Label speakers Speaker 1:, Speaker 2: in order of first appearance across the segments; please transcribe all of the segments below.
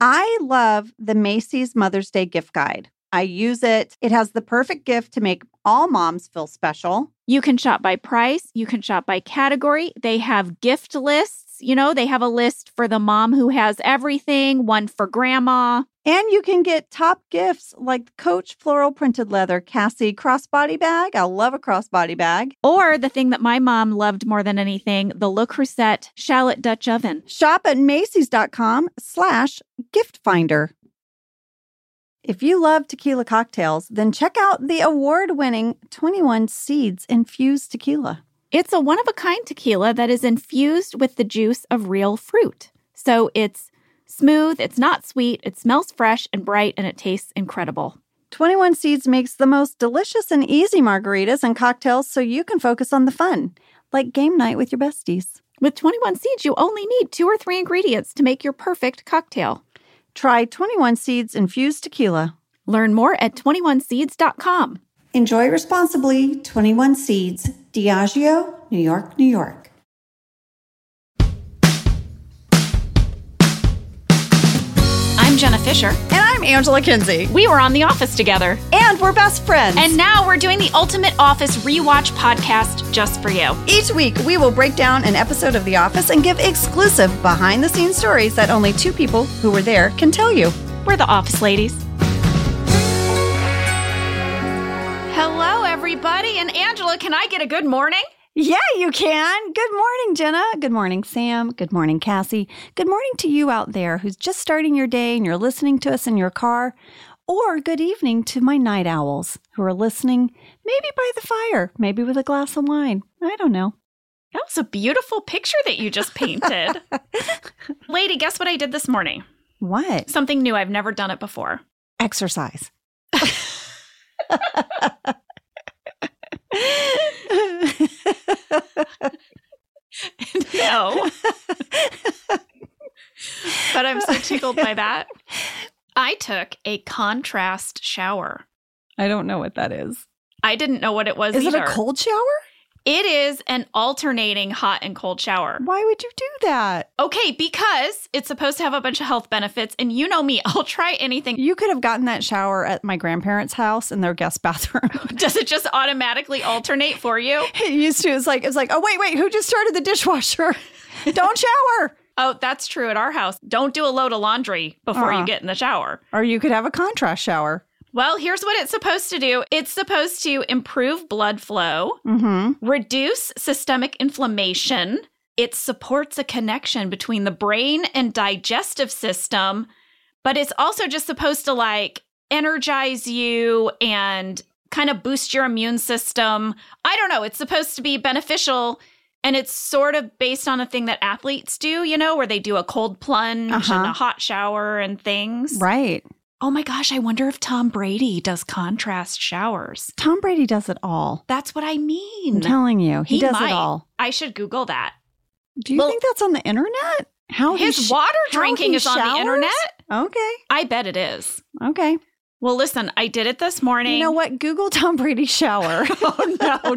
Speaker 1: I love the Macy's Mother's Day gift guide. I use it. It has the perfect gift to make all moms feel special.
Speaker 2: You can shop by price, you can shop by category. They have gift lists. You know, they have a list for the mom who has everything, one for grandma.
Speaker 1: And you can get top gifts like the Coach floral printed leather Cassie crossbody bag. I love a crossbody bag.
Speaker 2: Or the thing that my mom loved more than anything, the Le Creuset shallot Dutch oven.
Speaker 1: Shop at Macy's.com slash gift finder. If you love tequila cocktails, then check out the award winning 21 Seeds Infused Tequila.
Speaker 2: It's a one of a kind tequila that is infused with the juice of real fruit. So it's smooth, it's not sweet, it smells fresh and bright, and it tastes incredible.
Speaker 1: 21 Seeds makes the most delicious and easy margaritas and cocktails so you can focus on the fun, like game night with your besties.
Speaker 2: With 21 Seeds, you only need two or three ingredients to make your perfect cocktail.
Speaker 1: Try 21 Seeds Infused Tequila.
Speaker 2: Learn more at 21seeds.com.
Speaker 1: Enjoy responsibly 21 Seeds, Diageo, New York, New York.
Speaker 2: I'm Jenna Fisher.
Speaker 1: And I'm Angela Kinsey.
Speaker 2: We were on The Office together.
Speaker 1: And we're best friends.
Speaker 2: And now we're doing the Ultimate Office Rewatch podcast just for you.
Speaker 1: Each week, we will break down an episode of The Office and give exclusive behind the scenes stories that only two people who were there can tell you.
Speaker 2: We're The Office Ladies. Hello, everybody. And Angela, can I get a good morning?
Speaker 1: Yeah, you can. Good morning, Jenna. Good morning, Sam. Good morning, Cassie. Good morning to you out there who's just starting your day and you're listening to us in your car. Or good evening to my night owls who are listening maybe by the fire, maybe with a glass of wine. I don't know.
Speaker 2: That was a beautiful picture that you just painted. Lady, guess what I did this morning?
Speaker 1: What?
Speaker 2: Something new. I've never done it before.
Speaker 1: Exercise.
Speaker 2: no. but I'm so tickled by that. I took a contrast shower.
Speaker 1: I don't know what that is.
Speaker 2: I didn't know what it was.
Speaker 1: Is
Speaker 2: either.
Speaker 1: it a cold shower?
Speaker 2: It is an alternating hot and cold shower.
Speaker 1: Why would you do that?
Speaker 2: Okay, because it's supposed to have a bunch of health benefits, and you know me, I'll try anything.
Speaker 1: You could have gotten that shower at my grandparents' house in their guest bathroom.
Speaker 2: Does it just automatically alternate for you?
Speaker 1: it used to. It's like it's like, oh wait, wait, who just started the dishwasher? Don't shower.
Speaker 2: Oh, that's true at our house. Don't do a load of laundry before
Speaker 1: Uh-uh.
Speaker 2: you get in the shower.
Speaker 1: Or you could have a contrast shower.
Speaker 2: Well, here's what it's supposed to do it's supposed to improve blood flow,
Speaker 1: Mm-hmm.
Speaker 2: reduce systemic inflammation. It supports a connection between the brain and digestive system, but it's also just supposed to like energize you and kind of boost your immune system. I don't know. It's supposed to be beneficial. And it's sort of based on a thing that athletes do, you know, where they do a cold plunge and
Speaker 1: Uh-huh.
Speaker 2: a hot shower and things.
Speaker 1: Right.
Speaker 2: Oh my gosh, I wonder if Tom Brady does contrast showers.
Speaker 1: Tom Brady does it all.
Speaker 2: That's what I mean.
Speaker 1: I'm telling you, he,
Speaker 2: He
Speaker 1: does
Speaker 2: might.
Speaker 1: it all.
Speaker 2: I should Google that.
Speaker 1: Do you
Speaker 2: Well-
Speaker 1: think that's on the internet? How Oh, he
Speaker 2: His
Speaker 1: sh-
Speaker 2: water
Speaker 1: how
Speaker 2: drinking
Speaker 1: he
Speaker 2: is on the
Speaker 1: showers?
Speaker 2: internet?
Speaker 1: Okay.
Speaker 2: I bet it is.
Speaker 1: Okay.
Speaker 2: Well, listen, I did it this morning.
Speaker 1: You know what? Google Tom Brady shower.
Speaker 2: Oh no,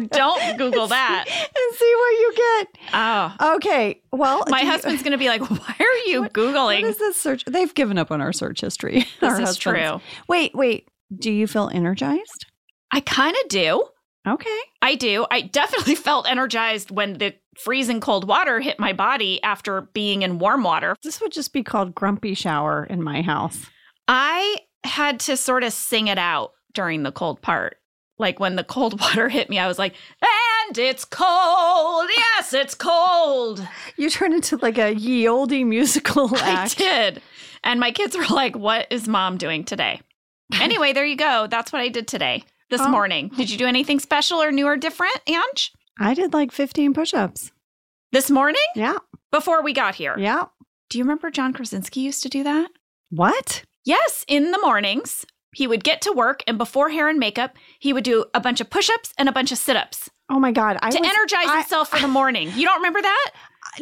Speaker 2: don't Google that.
Speaker 1: and see what you get.
Speaker 2: Oh.
Speaker 1: Okay. Well,
Speaker 2: My
Speaker 1: Uh, do you-
Speaker 2: husband's going to be like, "Why are you
Speaker 1: What
Speaker 2: googling?"
Speaker 1: is this search? They've given up on our search history.
Speaker 2: this
Speaker 1: Our
Speaker 2: is
Speaker 1: husbands.
Speaker 2: true.
Speaker 1: Wait, wait. Do you feel energized?
Speaker 2: I kind of do.
Speaker 1: Okay.
Speaker 2: I do. I definitely felt energized when the freezing cold water hit my body after being in warm water
Speaker 1: This would just be called grumpy shower in my house.
Speaker 2: I had to sort of sing it out during the cold part. Like when the cold water hit me, I was like, and it's cold. Yes, it's cold.
Speaker 1: You turn into like a ye olde musical
Speaker 2: I
Speaker 1: act.
Speaker 2: did. And my kids were like, what is mom doing today? Anyway, there you go. That's what I did today, this
Speaker 1: Oh.
Speaker 2: morning. Did you do anything special or new or different, Ange?
Speaker 1: I did like 15 push ups.
Speaker 2: This morning
Speaker 1: Yeah.
Speaker 2: before we got here?
Speaker 1: Yeah.
Speaker 2: Do you remember John Krasinski used to do that?
Speaker 1: What?
Speaker 2: Yes, in the mornings, he would get to work and before hair and makeup, he would do a bunch of push ups and a bunch of sit ups
Speaker 1: Oh my God. I
Speaker 2: to
Speaker 1: was,
Speaker 2: energize
Speaker 1: I-
Speaker 2: himself for the morning. You don't remember that?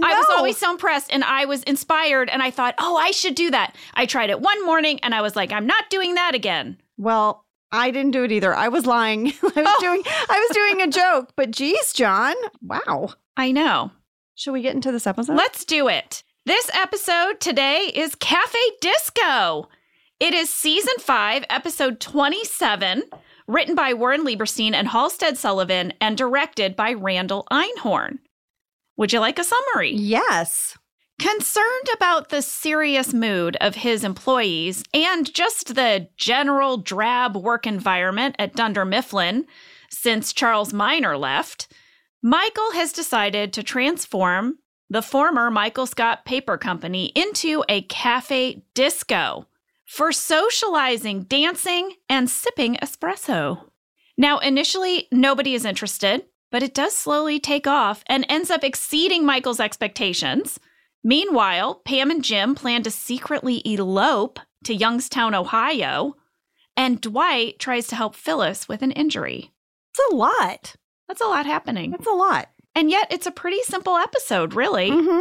Speaker 2: I was
Speaker 1: No.
Speaker 2: always so impressed and I was inspired and I thought, oh, I should do that. I tried it one morning and I was like, I'm not doing that again.
Speaker 1: Well, I didn't do it either. I was lying. I was
Speaker 2: Oh.
Speaker 1: doing I was doing a joke, but geez, John. Wow.
Speaker 2: I know.
Speaker 1: Should we get into this episode?
Speaker 2: Let's do it. This episode today is Cafe Disco. It is season five, episode 27, written by Warren Lieberstein and Halstead Sullivan and directed by Randall Einhorn. Would you like a summary?
Speaker 1: Yes.
Speaker 2: Concerned about the serious mood of his employees and just the general drab work environment at Dunder Mifflin since Charles Minor left, Michael has decided to transform the former Michael Scott Paper Company into a cafe disco for socializing, dancing, and sipping espresso. Now, initially, nobody is interested, but it does slowly take off and ends up exceeding Michael's expectations. Meanwhile, Pam and Jim plan to secretly elope to Youngstown, Ohio, and Dwight tries to help Phyllis with an injury.
Speaker 1: It's a lot.
Speaker 2: That's a lot happening.
Speaker 1: That's a lot.
Speaker 2: And yet, it's a pretty simple episode, really.
Speaker 1: Mm-hmm.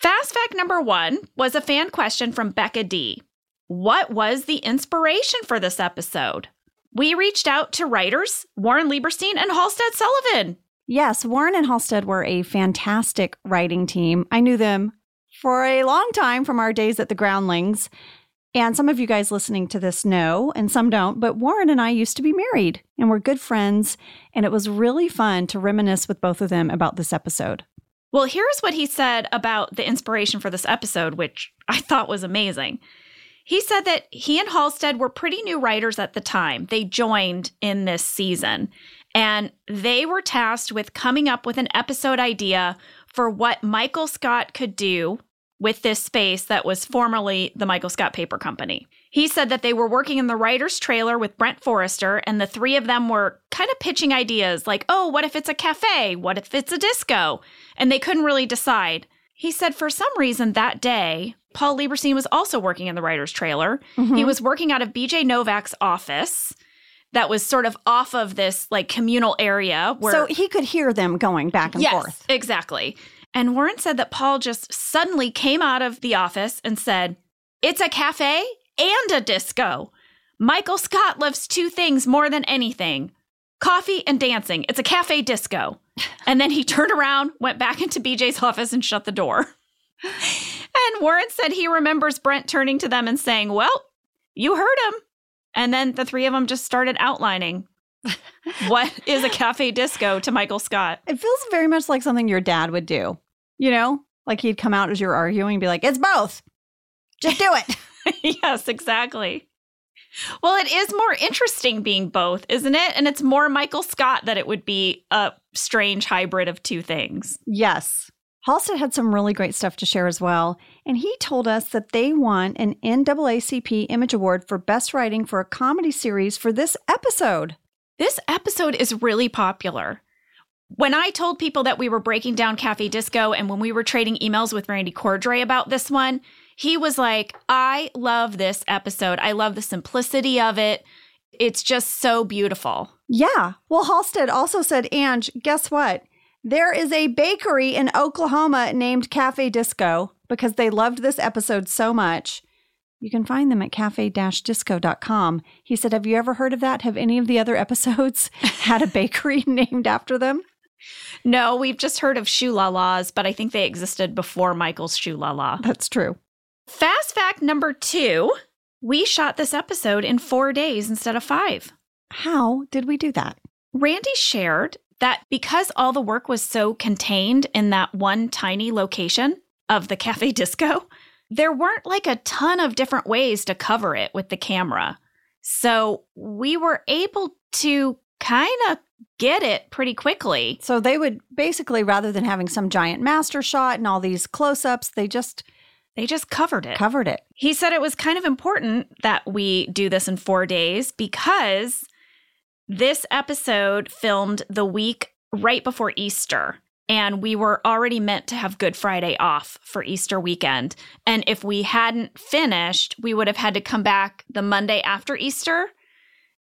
Speaker 2: Fast fact number one was a fan question from Becca D. What was the inspiration for this episode? We reached out to writers Warren Lieberstein and Halstead Sullivan.
Speaker 1: Yes, Warren and Halstead were a fantastic writing team. I knew them for a long time from our days at the Groundlings. And some of you guys listening to this know, and some don't, but Warren and I used to be married and we're good friends. And it was really fun to reminisce with both of them about this episode.
Speaker 2: Well, here's what he said about the inspiration for this episode, which I thought was amazing. He said that he and Halstead were pretty new writers at the time. They joined in this season, and they were tasked with coming up with an episode idea for what Michael Scott could do with this space that was formerly the Michael Scott Paper Company. He said that they were working in the writer's trailer with Brent Forrester, and the three of them were kind of pitching ideas like, oh, what if it's a cafe? What if it's a disco? And they couldn't really decide. He said for some reason that day, Paul Lieberstein was also working in the writer's trailer. He
Speaker 1: Mhm.
Speaker 2: was working out of BJ Novak's office that was sort of off of this like communal area where
Speaker 1: so he could hear them going back and
Speaker 2: yes,
Speaker 1: forth.
Speaker 2: Exactly. And Warren said that Paul just suddenly came out of the office and said, It's a cafe and a disco. Michael Scott loves two things more than anything coffee and dancing. It's a cafe disco. And then he turned around, went back into BJ's office, and shut the door. and Warren said he remembers Brent turning to them and saying, Well, you heard him. And then the three of them just started outlining what is a cafe disco to Michael Scott.
Speaker 1: It feels very much like something your dad would do. You know, like he'd come out as you're arguing and be like, it's both. Just do it.
Speaker 2: yes, exactly. Well, it is more interesting being both, isn't it? And it's more Michael Scott that it would be a strange hybrid of two things.
Speaker 1: Yes. Halstead had some really great stuff to share as well. And he told us that they won an NAACP Image Award for Best Writing for a Comedy Series for this episode.
Speaker 2: This episode is really popular. When I told people that we were breaking down Cafe Disco and when we were trading emails with Randy Cordray about this one, he was like, I love this episode. I love the simplicity of it. It's just so beautiful.
Speaker 1: Yeah. Well, Halstead also said, Ange, guess what? There is a bakery in Oklahoma named Cafe Disco because they loved this episode so much. You can find them at cafe disco.com. He said, Have you ever heard of that? Have any of the other episodes had a bakery named after them?
Speaker 2: No, we've just heard of shoe la la's, but I think they existed before Michael's shoe la la.
Speaker 1: That's true.
Speaker 2: Fast fact number two we shot this episode in four days instead of five.
Speaker 1: How did we do that?
Speaker 2: Randy shared that because all the work was so contained in that one tiny location of the cafe disco, there weren't like a ton of different ways to cover it with the camera. So we were able to kind of get it pretty quickly.
Speaker 1: So they would basically, rather than having some giant master shot and all these close ups, they just
Speaker 2: They just covered it.
Speaker 1: covered it.
Speaker 2: He said it was kind of important that we do this in four days because this episode filmed the week right before Easter. And we were already meant to have Good Friday off for Easter weekend. And if we hadn't finished, we would have had to come back the Monday after Easter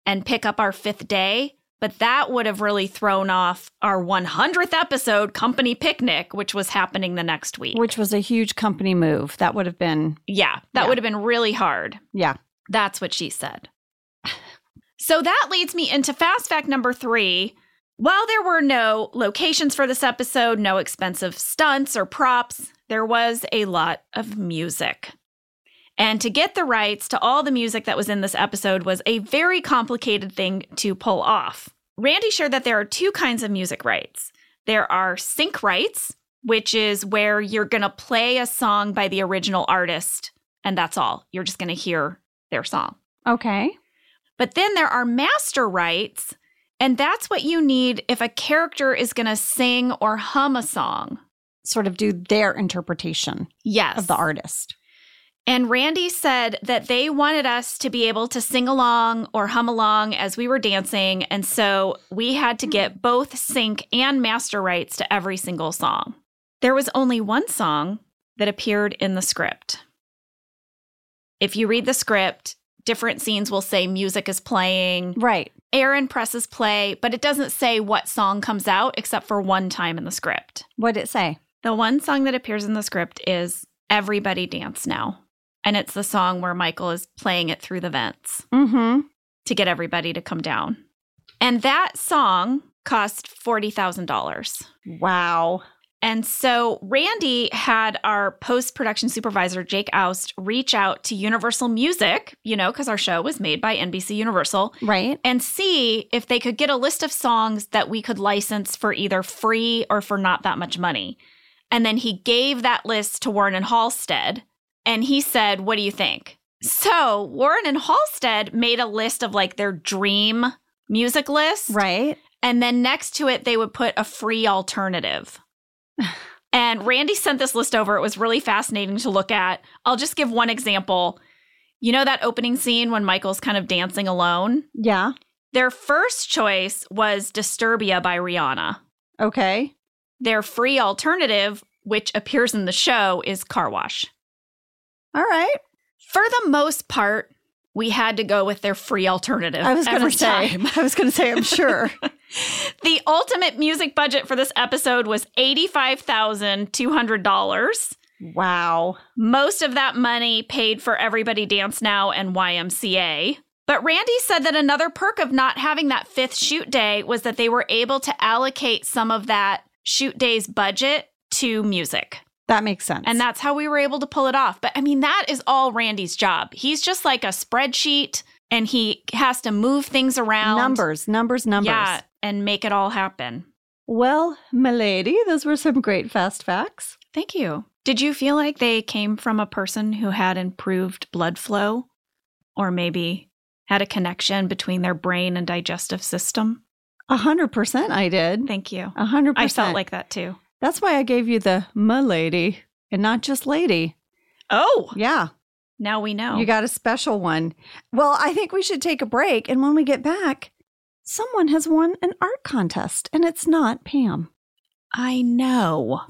Speaker 2: and pick up our fifth day. But that would have really thrown off our 100th episode company picnic, which was happening the next week.
Speaker 1: Which was a huge company move. That would have been,
Speaker 2: Yeah, that
Speaker 1: Yeah.
Speaker 2: would have been really hard.
Speaker 1: Yeah.
Speaker 2: That's what she said. so that leads me into fast fact number three, While there were no locations for this episode, no expensive stunts or props, there was a lot of music. And to get the rights to all the music that was in this episode was a very complicated thing to pull off. Randy shared that there are two kinds of music rights there are sync rights, which is where you're going to play a song by the original artist, and that's all. You're just going to hear their song.
Speaker 1: Okay.
Speaker 2: But then there are master rights, and that's what you need if a character is going to sing or hum a song.
Speaker 1: Sort of do their interpretation
Speaker 2: Yes.
Speaker 1: of the artist.
Speaker 2: And Randy said that they wanted us to be able to sing along or hum along as we were dancing. And so we had to get both sync and master rights to every single song. There was only one song that appeared in the script. If you read the script, different scenes will say music is playing,
Speaker 1: Right.
Speaker 2: Aaron presses play, but it doesn't say what song comes out except for one time in the script.
Speaker 1: What'd it say?
Speaker 2: The one song that appears in the script is Everybody Dance Now. And it's the song where Michael is playing it through the vents
Speaker 1: Mm-hmm.
Speaker 2: to get everybody to come down. And that song cost $40,000.
Speaker 1: Wow.
Speaker 2: And so Randy had our post production supervisor, Jake Oust, reach out to Universal Music, you know, because our show was made by NBC Universal,
Speaker 1: Right.
Speaker 2: and see if they could get a list of songs that we could license for either free or for not that much money. And then he gave that list to Warren and Halstead and he said, What do you think? So Warren and Halstead made a list of like their dream music list.
Speaker 1: Right.
Speaker 2: And then next to it, they would put a free alternative. and Randy sent this list over. It was really fascinating to look at. I'll just give one example. You know that opening scene when Michael's kind of dancing alone?
Speaker 1: Yeah.
Speaker 2: Their first choice was Disturbia by Rihanna.
Speaker 1: Okay.
Speaker 2: Their free alternative, which appears in the show, is Car Wash.
Speaker 1: All right.
Speaker 2: For the most part, we had to go with their free alternative.
Speaker 1: I was going
Speaker 2: every
Speaker 1: to say.
Speaker 2: time.
Speaker 1: I was going to say. I'm sure.
Speaker 2: The ultimate music budget for this episode was $85,200.
Speaker 1: wow.
Speaker 2: Most of that money paid for Everybody Dance Now and YMCA. But Randy said that another perk of not having that fifth shoot day was that they were able to allocate some of that shoot day's budget to music.
Speaker 1: That makes sense.
Speaker 2: And that's how we were able to pull it off. But I mean, that is all Randy's job. He's just like a spreadsheet and he has to move things around.
Speaker 1: numbers, numbers, numbers.
Speaker 2: Yeah, and make it all happen.
Speaker 1: Well, milady, those were some great fast facts.
Speaker 2: Thank you. Did you feel like they came from a person who had improved blood flow or maybe had a connection between their brain and digestive system?
Speaker 1: A hundred percent, I did.
Speaker 2: Thank you.
Speaker 1: A hundred
Speaker 2: I
Speaker 1: percent.
Speaker 2: felt like that too.
Speaker 1: that's why I gave you the milady and not just lady.
Speaker 2: Oh,
Speaker 1: Yeah,
Speaker 2: now we know.
Speaker 1: you got a special one. Well, I think we should take a break, and when we get back, someone has won an art contest, and it's not Pam.
Speaker 2: I know.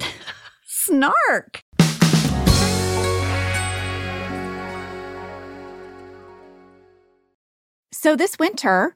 Speaker 1: Snark.
Speaker 2: So this winter,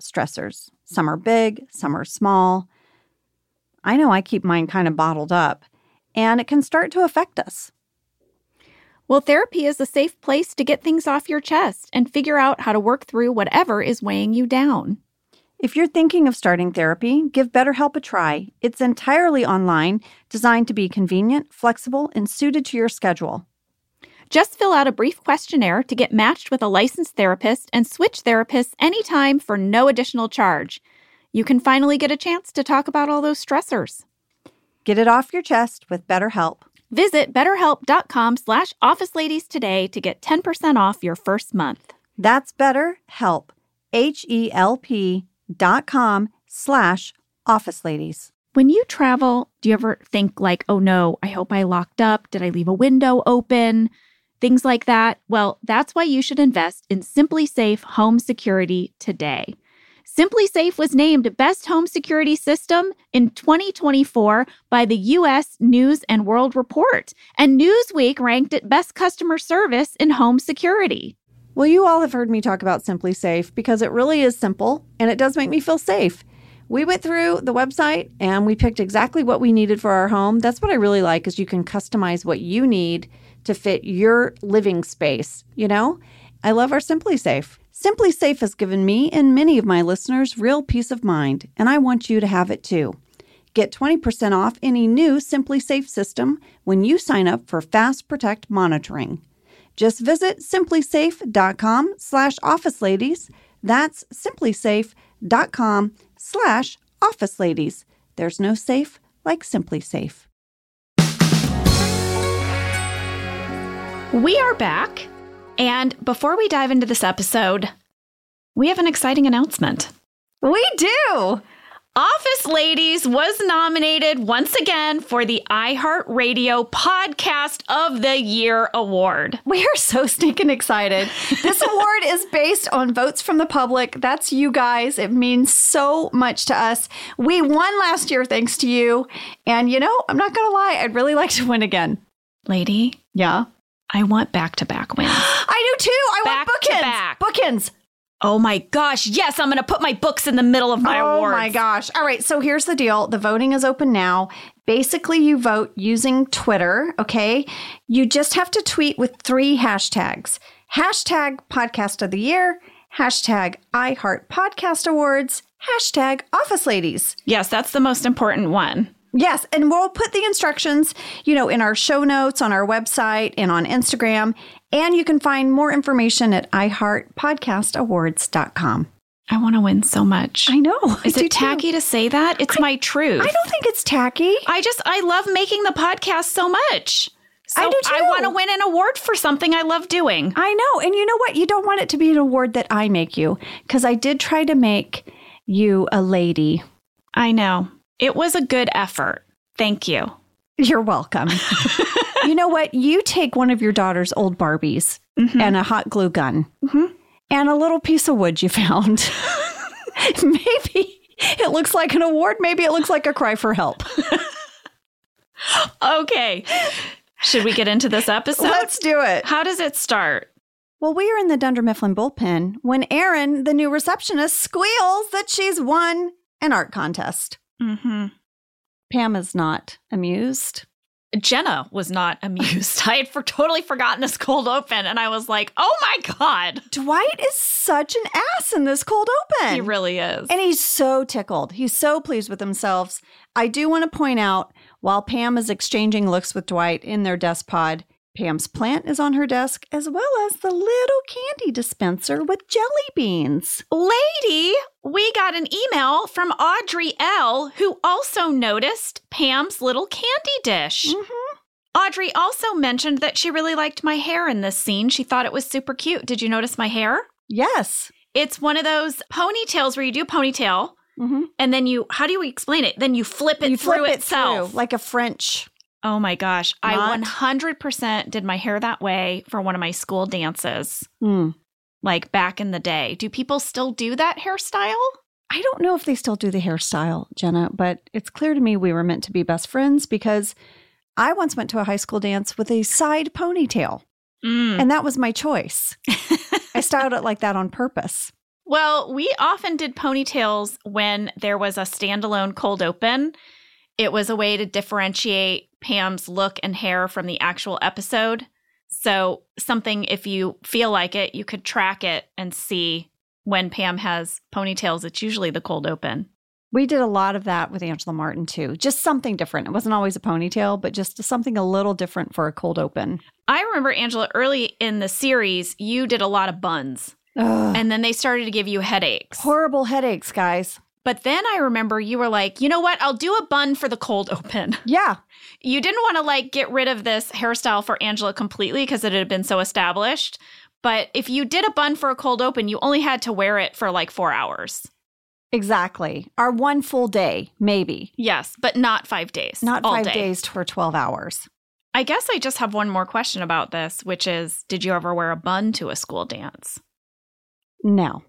Speaker 1: stressors. Some are big, some are small. I know I keep mine kind of bottled up, and it can start to affect us.
Speaker 2: Well, therapy is a safe place to get things off your chest and figure out how to work through whatever is weighing you down.
Speaker 1: If you're thinking of starting therapy, give BetterHelp a try. It's entirely online, designed to be convenient, flexible, and suited to your schedule.
Speaker 2: Just fill out a brief questionnaire to get matched with a licensed therapist and switch therapists anytime for no additional charge. You can finally get a chance to talk about all those stressors.
Speaker 1: Get it off your chest with BetterHelp.
Speaker 2: Visit betterhelp.com slash officeladies today to get 10% off your first month.
Speaker 1: That's BetterHelp, H-E-L-P dot com slash office ladies.
Speaker 2: When you travel, do you ever think like, oh no, I hope I locked up? Did I leave a window open? Things like that. Well, that's why you should invest in Simply Safe home security today. Simply Safe was named Best Home Security System in 2024 by the US News and World Report, and Newsweek ranked it Best Customer Service in Home Security.
Speaker 1: Well, you all have heard me talk about Simply Safe because it really is simple and it does make me feel safe. We went through the website and we picked exactly what we needed for our home. That's what I really like is you can customize what you need to fit your living space, you know? I love our Simply Safe. Simply Safe has given me and many of my listeners real peace of mind, and I want you to have it too. Get 20% off any new Simply Safe system when you sign up for Fast Protect monitoring. Just visit simplysafe.com slash office ladies. That's simplysafe.com slash office ladies. There's no safe like Simply Safe.
Speaker 2: We are back. And before we dive into this episode, we have an exciting announcement.
Speaker 1: We do.
Speaker 2: Office Ladies was nominated once again for the iHeartRadio Podcast of the Year Award.
Speaker 1: We are so stinking excited. This award is based on votes from the public. That's you guys. It means so much to us. We won last year thanks to you. And you know, I'm not going to lie, I'd really like to win again.
Speaker 2: Lady,
Speaker 1: Yeah.
Speaker 2: I want back to back wins.
Speaker 1: I do too. I
Speaker 2: Back
Speaker 1: want
Speaker 2: to
Speaker 1: bookends.
Speaker 2: back.
Speaker 1: Bookends.
Speaker 2: Oh my gosh, yes, I'm going to put my books in the middle of my
Speaker 1: oh
Speaker 2: awards.
Speaker 1: my gosh. All right. So here's the deal the voting is open now. Basically, you vote using Twitter. Okay. You just have to tweet with three hashtags hashtag podcast of the year, hashtag iHeart podcast awards, hashtag office ladies.
Speaker 2: Yes, that's the most important one.
Speaker 1: Yes, and we'll put the instructions, you know, in our show notes on our website and on Instagram. And you can find more information at iHeartPodcastAwards.com.
Speaker 2: I want to win so much.
Speaker 1: I know. I
Speaker 2: Is
Speaker 1: do
Speaker 2: it
Speaker 1: too.
Speaker 2: tacky to say that? It's my truth.
Speaker 1: I don't think it's tacky.
Speaker 2: I just I love making the podcast so much. So
Speaker 1: I do
Speaker 2: I
Speaker 1: too.
Speaker 2: want to win an award for something I love doing.
Speaker 1: I know. And you know what? You don't want it to be an award that I make you because I did try to make you a lady.
Speaker 2: I know. It was a good effort. Thank you.
Speaker 1: You're welcome. you know what? You take one of your daughter's old Barbies and a hot glue gun and a little piece of wood you found. maybe it looks like an award. Maybe it looks like a cry for help.
Speaker 2: Okay. Should we get into this episode?
Speaker 1: do it.
Speaker 2: How does it start?
Speaker 1: Well, we are in the Dunder Mifflin bullpen when Erin, the new receptionist, squeals that she's won an art contest.
Speaker 2: Mm-hmm.
Speaker 1: Pam is not amused.
Speaker 2: Jenna was not amused. I had for totally forgotten this cold open, and I was like, "Oh my god,
Speaker 1: Dwight is such an ass in this cold open.
Speaker 2: he really is."
Speaker 1: And he's so tickled. He's so pleased with themselves. I do want to point out while Pam is exchanging looks with Dwight in their desk pod, Pam's plant is on her desk, as well as the little candy dispenser with jelly beans.
Speaker 2: Lady, we got an email from Audrey L., who also noticed Pam's little candy dish. Audrey also mentioned that she really liked my hair in this scene. She thought it was super cute. Did you notice my hair?
Speaker 1: Yes.
Speaker 2: It's one of those ponytails where you do ponytail
Speaker 1: Mm-hmm.
Speaker 2: and then you, how do you explain it? Then you flip it through itself.
Speaker 1: like a French.
Speaker 2: oh my gosh.
Speaker 1: Not-
Speaker 2: I 100% did my hair that way for one of my school dances,
Speaker 1: Hmm.
Speaker 2: like back in the day. Do people still do that hairstyle?
Speaker 1: I don't know if they still do the hairstyle, Jenna, but it's clear to me we were meant to be best friends because I once went to a high school dance with a side ponytail,
Speaker 2: Mm.
Speaker 1: and that was my choice. I styled it like that on purpose.
Speaker 2: Well, we often did ponytails when there was a standalone cold open. It was a way to differentiate Pam's look and hair from the actual episode. So, something if you feel like it, you could track it and see when Pam has ponytails. It's usually the cold open.
Speaker 1: We did a lot of that with Angela Martin too. Just something different. It wasn't always a ponytail, but just something a little different for a cold open.
Speaker 2: I remember, Angela, early in the series, you did a lot of buns,
Speaker 1: Ugh.
Speaker 2: and then they started to give you headaches.
Speaker 1: Horrible headaches, guys.
Speaker 2: But then I remember you were like, you know what? I'll do a bun for the cold open.
Speaker 1: Yeah.
Speaker 2: You didn't want to like get rid of this hairstyle for Angela completely because it had been so established. But if you did a bun for a cold open, you only had to wear it for like four hours.
Speaker 1: Exactly. Our one full day, maybe.
Speaker 2: Yes, but not five days.
Speaker 1: Not
Speaker 2: all
Speaker 1: five
Speaker 2: day.
Speaker 1: days for 12 hours.
Speaker 2: I guess I just have one more question about this, which is Did you ever wear a bun to a school dance?
Speaker 1: No.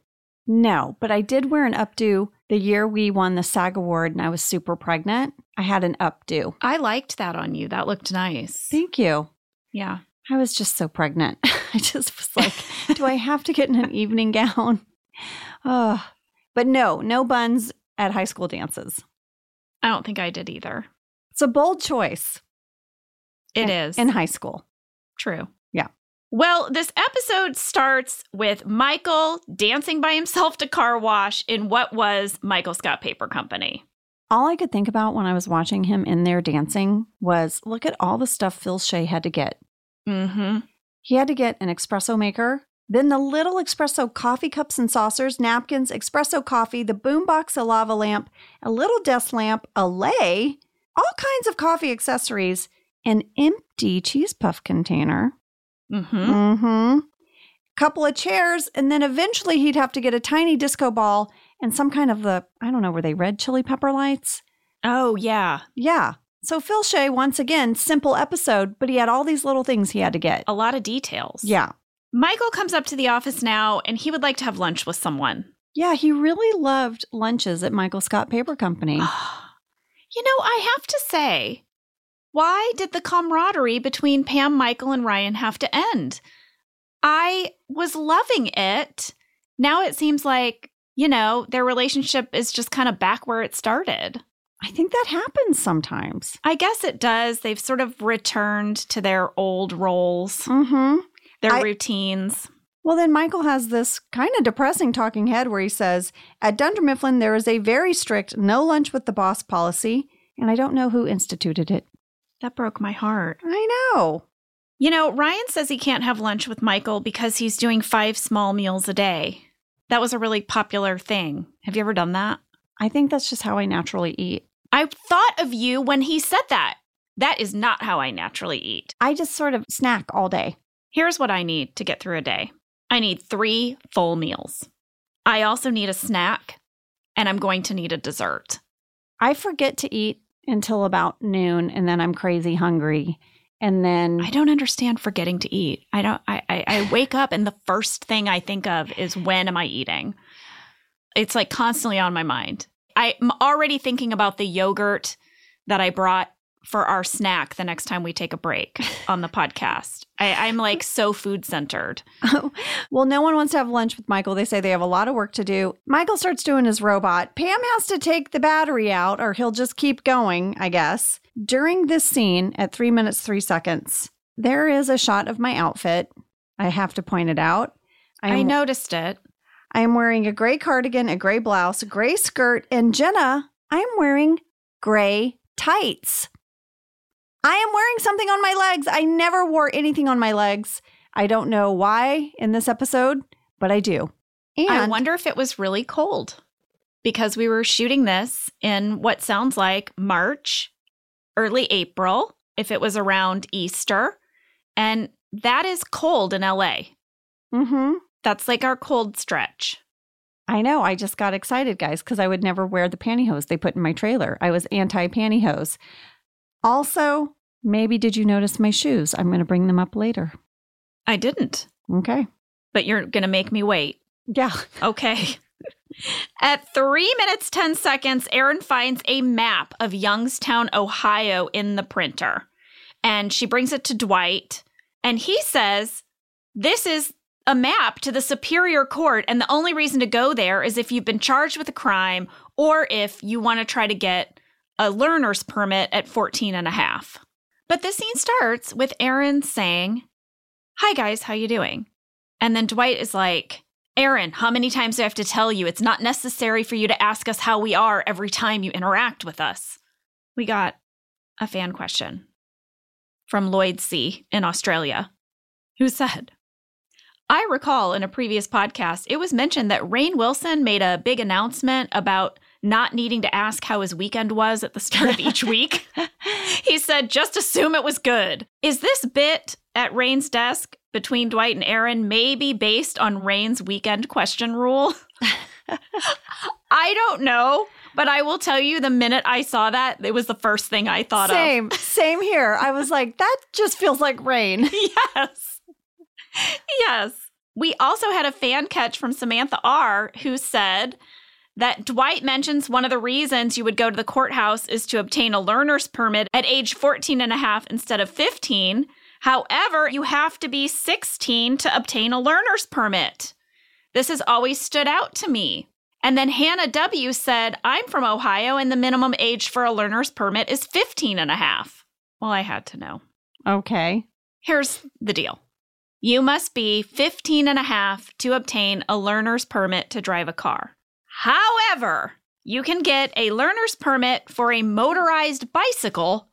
Speaker 1: No, but I did wear an updo the year we won the SAG award and I was super pregnant. I had an updo.
Speaker 2: I liked that on you. That looked nice.
Speaker 1: Thank you.
Speaker 2: Yeah.
Speaker 1: I was just so pregnant. I just was like, do I have to get in an evening gown? Oh, but no, no buns at high school dances.
Speaker 2: I don't think I did either.
Speaker 1: It's a bold choice
Speaker 2: It
Speaker 1: in,
Speaker 2: is
Speaker 1: in high school.
Speaker 2: true.
Speaker 1: Yeah.
Speaker 2: Well, this episode starts with Michael dancing by himself to car wash in what was Michael Scott Paper Company.
Speaker 1: All I could think about when I was watching him in there dancing was look at all the stuff Phil Shea had to get.
Speaker 2: Mm-hmm.
Speaker 1: He had to get an espresso maker, then the little espresso coffee cups and saucers, napkins, espresso coffee, the boombox, a lava lamp, a little desk lamp, a lay, all kinds of coffee accessories, an empty cheese puff container.
Speaker 2: Mm-hmm.
Speaker 1: Mm-hmm. Couple of chairs, and then eventually he'd have to get a tiny disco ball and some kind of the I don't know, were they red chili pepper lights?
Speaker 2: Oh yeah.
Speaker 1: Yeah. So Phil Shea, once again, simple episode, but he had all these little things he had to get.
Speaker 2: A lot of details.
Speaker 1: Yeah.
Speaker 2: Michael comes up to the office now and he would like to have lunch with someone.
Speaker 1: Yeah, he really loved lunches at Michael Scott Paper Company.
Speaker 2: you know, I have to say, why did the camaraderie between Pam, Michael, and Ryan have to end? I was loving it. Now it seems like, you know, their relationship is just kind of back where it started.
Speaker 1: I think that happens sometimes.
Speaker 2: I guess it does. They've sort of returned to their old roles,
Speaker 1: Mm-hmm.
Speaker 2: their
Speaker 1: I-
Speaker 2: routines.
Speaker 1: Well, then Michael has this kind of depressing talking head where he says, At Dunder Mifflin, there is a very strict no lunch with the boss policy, and I don't know who instituted it.
Speaker 2: That broke my heart.
Speaker 1: I know.
Speaker 2: You know, Ryan says he can't have lunch with Michael because he's doing five small meals a day. That was a really popular thing. Have you ever done that?
Speaker 1: I think that's just how I naturally eat.
Speaker 2: I thought of you when he said that. That is not how I naturally eat.
Speaker 1: I just sort of snack all day.
Speaker 2: Here's what I need to get through a day I need three full meals. I also need a snack, and I'm going to need a dessert.
Speaker 1: I forget to eat until about noon, and then I'm crazy hungry. And then
Speaker 2: I don't understand forgetting to eat. I don't I, I, I wake up and the first thing I think of is when am I eating? It's like constantly on my mind. I'm already thinking about the yogurt that I brought for our snack the next time we take a break on the podcast. I, I'm like so food centered.
Speaker 1: well, no one wants to have lunch with Michael. They say they have a lot of work to do. Michael starts doing his robot. Pam has to take the battery out, or he'll just keep going, I guess. During this scene at three minutes, three seconds, there is a shot of my outfit. I have to point it out. I'm,
Speaker 2: I noticed it.
Speaker 1: I am wearing a gray cardigan, a gray blouse, a gray skirt, and Jenna, I am wearing gray tights. I am wearing something on my legs. I never wore anything on my legs. I don't know why in this episode, but I do. And
Speaker 2: I wonder if it was really cold because we were shooting this in what sounds like March, early April, if it was around Easter. And that is cold in LA.
Speaker 1: Mhm.
Speaker 2: That's like our cold stretch.
Speaker 1: I know. I just got excited, guys, because I would never wear the pantyhose they put in my trailer. I was anti pantyhose. Also, maybe did you notice my shoes? I'm going to bring them up later.
Speaker 2: I didn't,
Speaker 1: Okay.
Speaker 2: but you're going to make me wait.
Speaker 1: Yeah.
Speaker 2: Okay. At three minutes, 10 seconds, Erin finds a map of Youngstown, Ohio in the printer. And she brings it to Dwight. And he says, This is a map to the Superior Court. And the only reason to go there is if you've been charged with a crime or if you want to try to get a learner's permit at 14 and a half. But this scene starts with Erin saying, Hi guys, how you doing? And then Dwight is like, Aaron, how many times do I have to tell you it's not necessary for you to ask us how we are every time you interact with us? We got a fan question from Lloyd C. in Australia, who said, I recall in a previous podcast, it was mentioned that Rain Wilson made a big announcement about not needing to ask how his weekend was at the start of each week. he said, just assume it was good. Is this bit at Rain's desk between Dwight and Aaron maybe based on Rain's weekend question rule? I don't know, but I will tell you the minute I saw that, it was the first thing I thought of.
Speaker 1: Same, same here. I was like, that just feels like rain.
Speaker 2: Yes. Yes. We also had a fan catch from Samantha R., who said that Dwight mentions one of the reasons you would go to the courthouse is to obtain a learner's permit at age 14 and a half instead of 15. However, you have to be 16 to obtain a learner's permit. This has always stood out to me. And then Hannah W. said, I'm from Ohio and the minimum age for a learner's permit is 15 and a half. Well, I had to know.
Speaker 1: Okay.
Speaker 2: Here's the deal you must be 15 and a half to obtain a learner's permit to drive a car. However, you can get a learner's permit for a motorized bicycle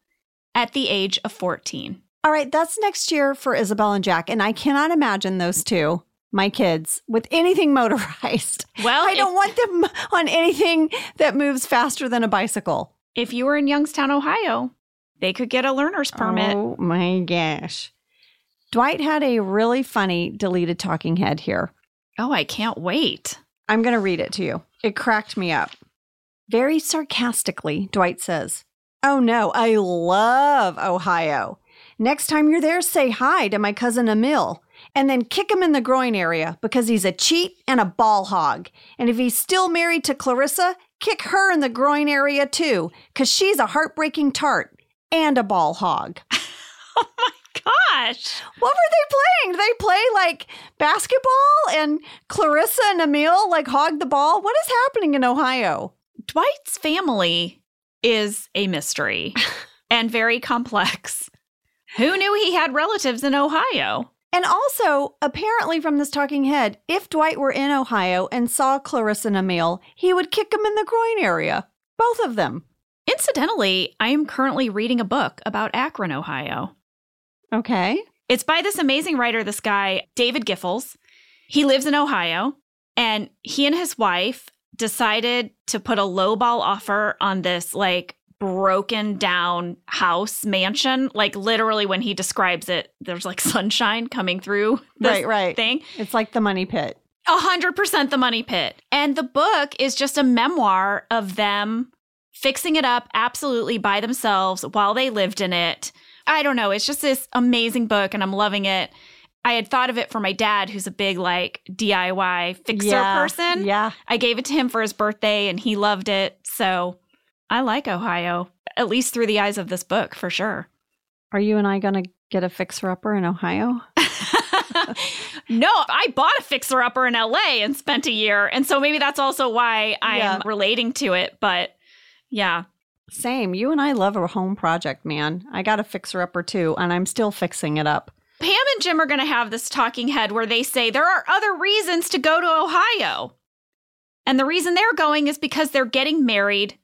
Speaker 2: at the age of 14.
Speaker 1: All right, that's next year for Isabel and Jack. And I cannot imagine those two, my kids, with anything motorized.
Speaker 2: Well,
Speaker 1: I
Speaker 2: if-
Speaker 1: don't want them on anything that moves faster than a bicycle.
Speaker 2: if you were in Youngstown, Ohio, they could get a learner's permit.
Speaker 1: Oh my gosh. Dwight had a really funny deleted talking head here.
Speaker 2: Oh, I can't wait.
Speaker 1: I'm going to read it to you. It cracked me up. Very sarcastically, Dwight says, Oh no, I love Ohio. Next time you're there, say hi to my cousin Emil and then kick him in the groin area because he's a cheat and a ball hog. And if he's still married to Clarissa, kick her in the groin area too because she's a heartbreaking tart and a ball hog.
Speaker 2: Gosh.
Speaker 1: What were they playing? Did they play like basketball and Clarissa and Emil like hog the ball? What is happening in Ohio?
Speaker 2: Dwight's family is a mystery and very complex. Who knew he had relatives in Ohio?
Speaker 1: And also, apparently from this talking head, if Dwight were in Ohio and saw Clarissa and Emil, he would kick him in the groin area. Both of them.
Speaker 2: Incidentally, I am currently reading a book about Akron, Ohio.
Speaker 1: Okay.
Speaker 2: It's by this amazing writer, this guy, David Giffels. He lives in Ohio, and he and his wife decided to put a lowball offer on this like broken down house mansion. Like literally when he describes it, there's like sunshine coming through this
Speaker 1: right, right.
Speaker 2: thing.
Speaker 1: It's like the money pit.
Speaker 2: A hundred percent the money pit. And the book is just a memoir of them fixing it up absolutely by themselves while they lived in it. I don't know. It's just this amazing book and I'm loving it. I had thought of it for my dad, who's a big like DIY fixer
Speaker 1: Yeah,
Speaker 2: person.
Speaker 1: Yeah.
Speaker 2: I gave it to him for his birthday and he loved it. So I like Ohio, at least through the eyes of this book for sure.
Speaker 1: Are you and I going to get a fixer upper in Ohio?
Speaker 2: no, I bought a fixer upper in LA and spent a year. And so maybe that's also why I'm
Speaker 1: Yeah.
Speaker 2: relating to it. But yeah.
Speaker 1: Same. You and I love a home project, man. I got a fixer upper too, and I'm still fixing it up.
Speaker 2: Pam and Jim are going to have this talking head where they say there are other reasons to go to Ohio. And the reason they're going is because they're getting married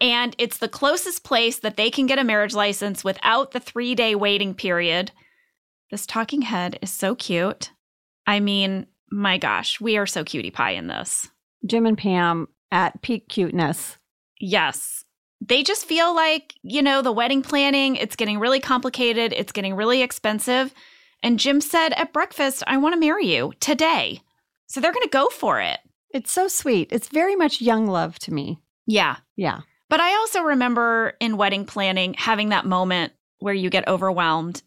Speaker 2: and it's the closest place that they can get a marriage license without the three day waiting period. This talking head is so cute. I mean, my gosh, we are so cutie pie in this.
Speaker 1: Jim and Pam at peak cuteness.
Speaker 2: Yes. They just feel like, you know, the wedding planning, it's getting really complicated, it's getting really expensive. And Jim said at breakfast, I want to marry you today. So they're going to go for it.
Speaker 1: It's so sweet. It's very much young love to me.
Speaker 2: Yeah.
Speaker 1: Yeah.
Speaker 2: But I also remember in wedding planning having that moment where you get overwhelmed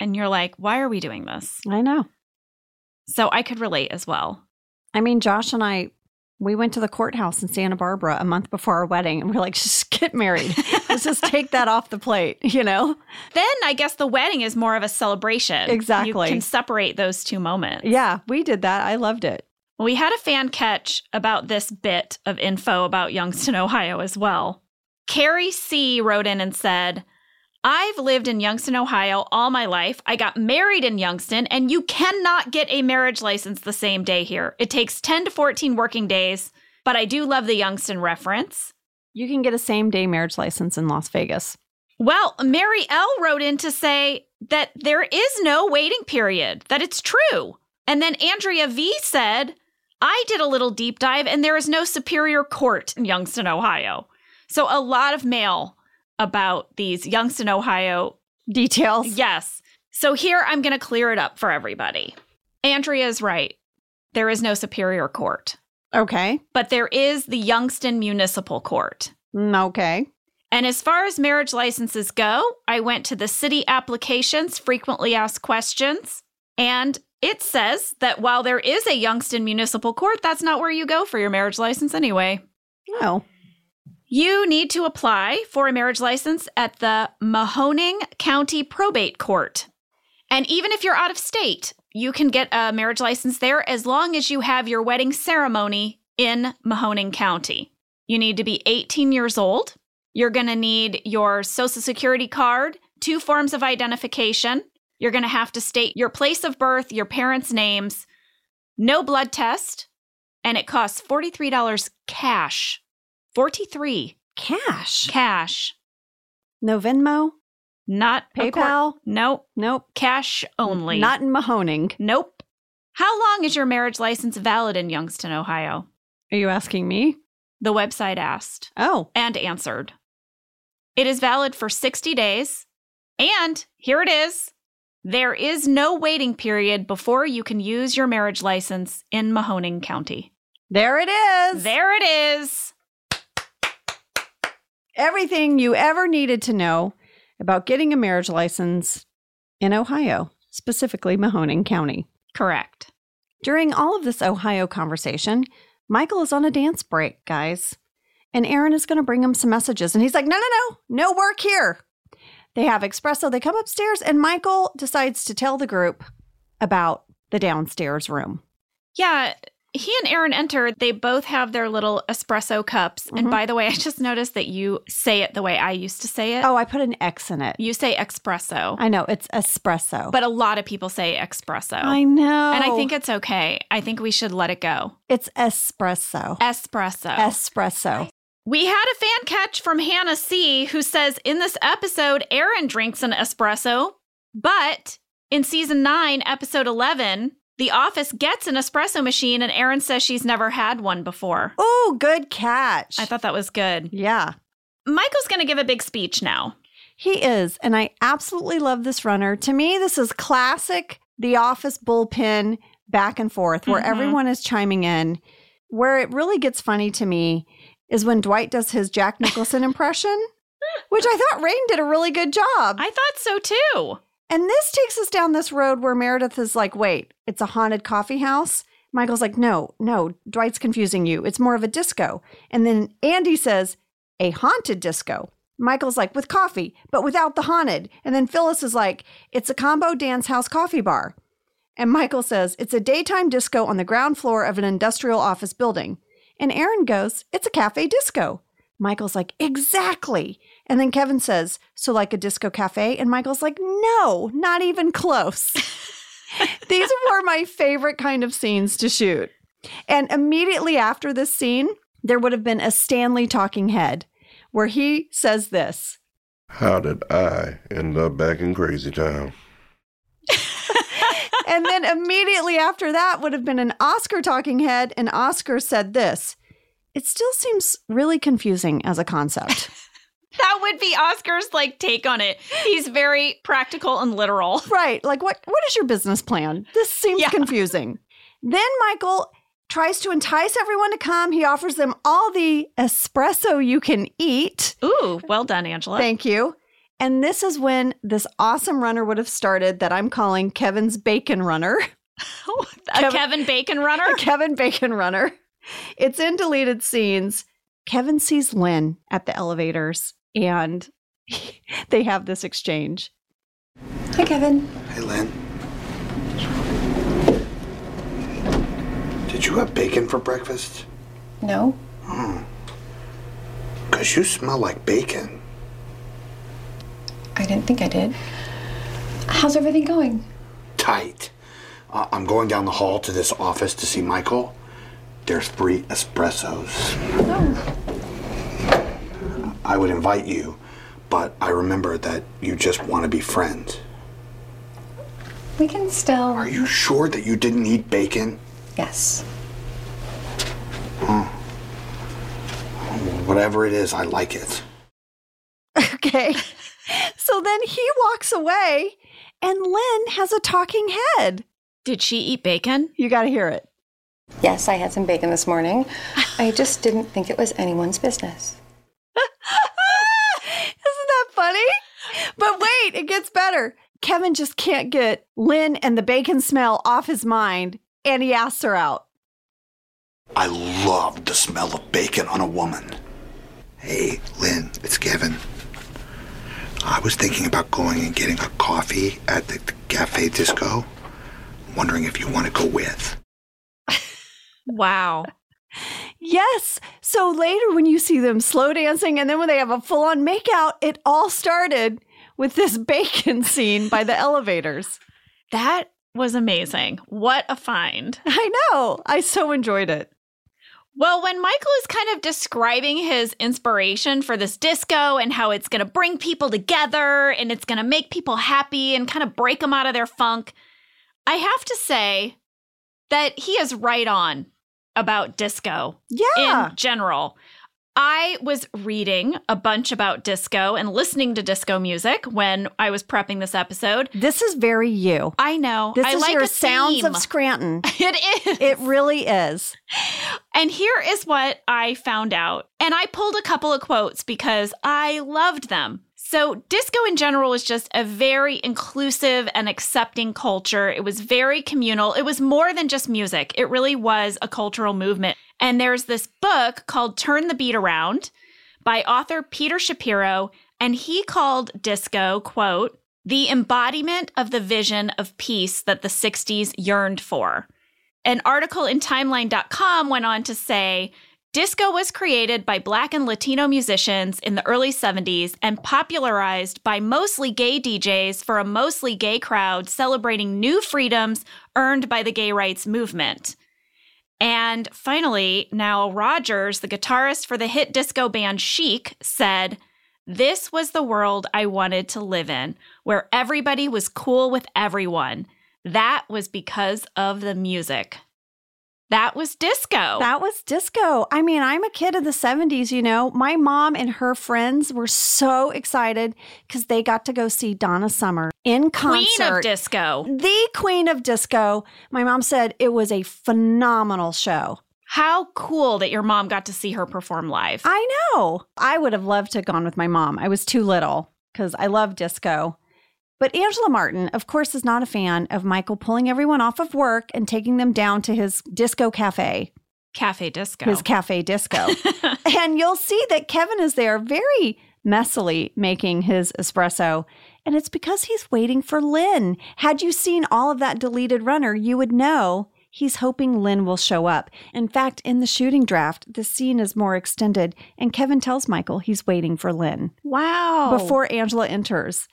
Speaker 2: and you're like, why are we doing this?
Speaker 1: I know.
Speaker 2: So I could relate as well.
Speaker 1: I mean, Josh and I, we went to the courthouse in Santa Barbara a month before our wedding, and we're like, just get married. Let's just take that off the plate, you know?
Speaker 2: Then I guess the wedding is more of a celebration.
Speaker 1: Exactly.
Speaker 2: You can separate those two moments.
Speaker 1: Yeah, we did that. I loved it.
Speaker 2: We had a fan catch about this bit of info about Youngstown, Ohio as well. Carrie C. wrote in and said, I've lived in Youngstown, Ohio all my life. I got married in Youngstown, and you cannot get a marriage license the same day here. It takes 10 to 14 working days, but I do love the Youngstown reference.
Speaker 1: You can get a same day marriage license in Las Vegas.
Speaker 2: Well, Mary L. wrote in to say that there is no waiting period, that it's true. And then Andrea V. said, I did a little deep dive, and there is no superior court in Youngstown, Ohio. So a lot of mail about these Youngstown, Ohio.
Speaker 1: Details.
Speaker 2: Yes. So here I'm going to clear it up for everybody. Andrea is right. There is no superior court,
Speaker 1: Okay.
Speaker 2: but there is the Youngstown Municipal Court.
Speaker 1: Mm, okay.
Speaker 2: And as far as marriage licenses go, I went to the city applications, frequently asked questions, and it says that while there is a Youngstown Municipal Court, that's not where you go for your marriage license anyway.
Speaker 1: Oh.
Speaker 2: You need to apply for a marriage license at the Mahoning County Probate Court. And even if you're out of state, you can get a marriage license there as long as you have your wedding ceremony in Mahoning County. You need to be 18 years old. You're going to need your social security card, two forms of identification. You're going to have to state your place of birth, your parents' names, no blood test, and it costs $43 cash 43
Speaker 1: Cash.
Speaker 2: cash
Speaker 1: No Venmo.
Speaker 2: not a cor-
Speaker 1: PayPal.
Speaker 2: nope
Speaker 1: Nope.
Speaker 2: cash only
Speaker 1: Not in Mahoning.
Speaker 2: nope how long is your marriage license valid in youngstown ohio
Speaker 1: Are you asking me?
Speaker 2: the website asked
Speaker 1: Oh.
Speaker 2: and answered it is valid for 60 days and here it is there is no waiting period before you can use your marriage license in mahoning county
Speaker 1: There it is.
Speaker 2: there it is
Speaker 1: Everything you ever needed to know about getting a marriage license in Ohio, specifically Mahoning County.
Speaker 2: correct
Speaker 1: During all of this Ohio conversation, Michael is on a dance break, guys. And Aaron is going to bring him some messages. And he's like, no, no, no, no work here. They have espresso. They come upstairs, and Michael decides to tell the group about the downstairs room.
Speaker 2: Yeah, he and Aaron enter. They both have their little espresso cups. And
Speaker 1: Mhm.
Speaker 2: by the way, I just noticed that you say it the way I used to say it.
Speaker 1: Oh, I put an X in it.
Speaker 2: You say espresso,
Speaker 1: I know it's espresso.
Speaker 2: but a lot of people say espresso.
Speaker 1: I know.
Speaker 2: And I think it's okay. I think we should let it go.
Speaker 1: it's espresso.
Speaker 2: Espresso.
Speaker 1: Espresso.
Speaker 2: we had a fan catch from Hannah C who says in this episode, Aaron drinks an espresso, but in season nine, episode 11, the office gets an espresso machine and Aaron says she's never had one before.
Speaker 1: Oh, good catch.
Speaker 2: I thought that was good.
Speaker 1: yeah.
Speaker 2: Michael's going to give a big speech now.
Speaker 1: He is. And I absolutely love this runner. To me, this is classic The Office bullpen back and forth where
Speaker 2: Mhm.
Speaker 1: everyone is chiming in. Where it really gets funny to me is when Dwight does his Jack Nicholson impression, which I thought Rain did a really good job.
Speaker 2: I thought so too.
Speaker 1: And this takes us down this road where Meredith is like, wait, it's a haunted coffee house. Michael's like, no, no, Dwight's confusing you. It's more of a disco. And then Andy says, a haunted disco. Michael's like, with coffee, but without the haunted. And then Phyllis is like, it's a combo dance house coffee bar. And Michael says, it's a daytime disco on the ground floor of an industrial office building. And Aaron goes, it's a cafe disco. Michael's like, exactly. And then Kevin says, so like a disco cafe? And Michael's like, no, not even close. These were my favorite kind of scenes to shoot. And immediately after this scene, there would have been a Stanley talking head where he says this.
Speaker 3: How did I end up back in Crazy Town?
Speaker 1: and then immediately after that would have been an Oscar talking head. And Oscar said this. It still seems really confusing as a concept.
Speaker 2: That would be Oscar's like take on it. He's very practical and literal.
Speaker 1: Right. Like what what is your business plan? This seems
Speaker 2: Yeah.
Speaker 1: confusing. Then Michael tries to entice everyone to come. He offers them all the espresso you can eat.
Speaker 2: Ooh, well done, Angela.
Speaker 1: Thank you. And this is when this awesome runner would have started that I'm calling Kevin's Bacon Runner.
Speaker 2: a Kevin,
Speaker 1: Kevin-
Speaker 2: Bacon runner.
Speaker 1: Kevin Bacon Runner. It's in deleted scenes. Kevin sees Lynn at the elevators and they have this exchange.
Speaker 4: Hi, Kevin.
Speaker 5: Hey, Lynn. Did you have bacon for breakfast?
Speaker 4: No,
Speaker 5: Because you smell like bacon.
Speaker 4: I didn't think I did. How's everything going?
Speaker 5: Tight. Uh, I'm going down the hall to this office to see Michael. There's three espressos.
Speaker 4: Oh,
Speaker 5: I would invite you, but I remember that you just want to be friends.
Speaker 4: we can still.
Speaker 5: Are you sure that you didn't eat bacon?
Speaker 4: Yes.
Speaker 5: Whatever it is, I like it.
Speaker 1: Okay. so then he walks away, and Lynn has a talking head.
Speaker 2: Did she eat bacon?
Speaker 1: You got to hear it.
Speaker 4: Yes, I had some bacon this morning. I just didn't think it was anyone's business.
Speaker 1: Isn't that funny? But wait, it gets better. Kevin just can't get Lynn and the bacon smell off his mind, and he asks her out.
Speaker 5: I love the smell of bacon on a woman. Hey, Lynn, it's Kevin. I was thinking about going and getting a coffee at the Cafe Disco. Wondering if you want to go with.
Speaker 2: Wow.
Speaker 1: Yes. So later, when you see them slow dancing and then when they have a full on makeout, it all started with this bacon scene by the elevators.
Speaker 2: That was amazing. What a find.
Speaker 1: I know. I so enjoyed it.
Speaker 2: Well, when Michael is kind of describing his inspiration for this disco and how it's going to bring people together and it's going to make people happy and kind of break them out of their funk, I have to say that he is right on about disco
Speaker 1: Yeah.
Speaker 2: in general. I was reading a bunch about disco and listening to disco music when I was prepping this episode.
Speaker 1: this is very you.
Speaker 2: I know.
Speaker 1: This
Speaker 2: I
Speaker 1: is
Speaker 2: like
Speaker 1: your
Speaker 2: a
Speaker 1: sounds
Speaker 2: theme.
Speaker 1: of Scranton.
Speaker 2: it is.
Speaker 1: It really is.
Speaker 2: And here is what I found out. And I pulled a couple of quotes because I loved them. So, disco in general was just a very inclusive and accepting culture. It was very communal. It was more than just music, it really was a cultural movement. And there's this book called Turn the Beat Around by author Peter Shapiro. And he called disco, quote, the embodiment of the vision of peace that the 60s yearned for. An article in Timeline.com went on to say disco was created by Black and Latino musicians in the early 70s and popularized by mostly gay DJs for a mostly gay crowd celebrating new freedoms earned by the gay rights movement. And finally, now Rogers, the guitarist for the hit disco band Chic, said, This was the world I wanted to live in, where everybody was cool with everyone. That was because of the music. That was disco.
Speaker 1: That was disco. I mean, I'm a kid of the 70s, you know. My mom and her friends were so excited because they got to go see Donna Summer in concert.
Speaker 2: Queen of disco.
Speaker 1: the queen of disco. My mom said it was a phenomenal show.
Speaker 2: How cool that your mom got to see her perform live.
Speaker 1: I know. I would have loved to have gone with my mom. I was too little because I love disco. But Angela Martin, of course, is not a fan of Michael pulling everyone off of work and taking them down to his disco cafe,
Speaker 2: Cafe disco.
Speaker 1: his cafe disco. and you'll see that Kevin is there very messily making his espresso. And it's because he's waiting for Lynn. Had you seen all of that deleted runner, you would know he's hoping Lynn will show up. In fact, in the shooting draft, the scene is more extended, and Kevin tells Michael he's waiting for Lynn
Speaker 2: wow.
Speaker 1: before Angela enters.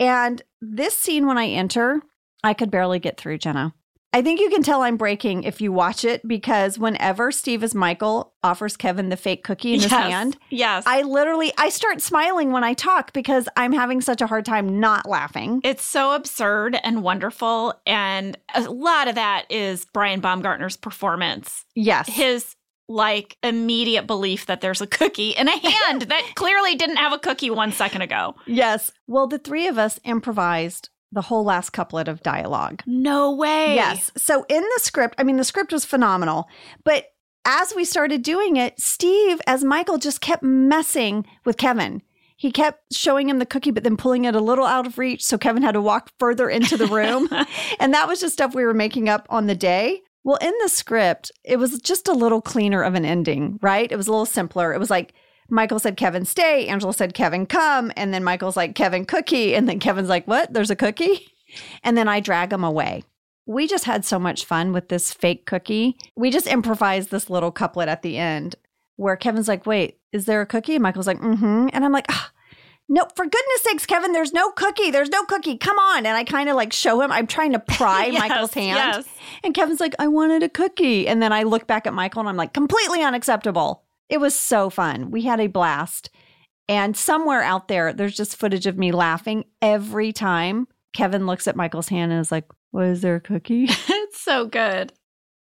Speaker 1: And this scene, when I enter, I could barely get through, Jenna. I think you can tell I'm breaking if you watch it because whenever Steve as Michael offers Kevin the fake cookie in
Speaker 2: yes.
Speaker 1: his hand,
Speaker 2: Yes.
Speaker 1: I literally I start smiling when I talk because I'm having such a hard time not laughing.
Speaker 2: it's so absurd and wonderful. And a lot of that is Brian Baumgartner's performance.
Speaker 1: Yes.
Speaker 2: His like immediate belief that there's a cookie in a hand that clearly didn't have a cookie one second ago.
Speaker 1: yes. Well, the three of us improvised the whole last couplet of dialogue.
Speaker 2: No way.
Speaker 1: Yes. So in the script, I mean, the script was phenomenal, but as we started doing it, Steve, as Michael, just kept messing with Kevin. He kept showing him the cookie, but then pulling it a little out of reach. So Kevin had to walk further into the room. and that was just stuff we were making up on the day. Well, in the script, it was just a little cleaner of an ending, right? It was a little simpler. It was like Michael said, Kevin, stay. Angela said, Kevin, come. And then Michael's like, Kevin, cookie. And then Kevin's like, what? There's a cookie? And then I drag him away. We just had so much fun with this fake cookie. We just improvised this little couplet at the end where Kevin's like, wait, is there a cookie? And Michael's like, mm hmm. And I'm like, "Ah, no, for goodness sakes, Kevin, there's no cookie. There's no cookie. Come on. And I kind of like show him, I'm trying to pry
Speaker 2: Yes,
Speaker 1: Michael's hand.
Speaker 2: yes.
Speaker 1: And Kevin's like, I wanted a cookie. And then I look back at Michael and I'm like, completely unacceptable. It was so fun. We had a blast. And somewhere out there, there's just footage of me laughing every time Kevin looks at Michael's hand and is like, Was there a cookie?
Speaker 2: it's so good.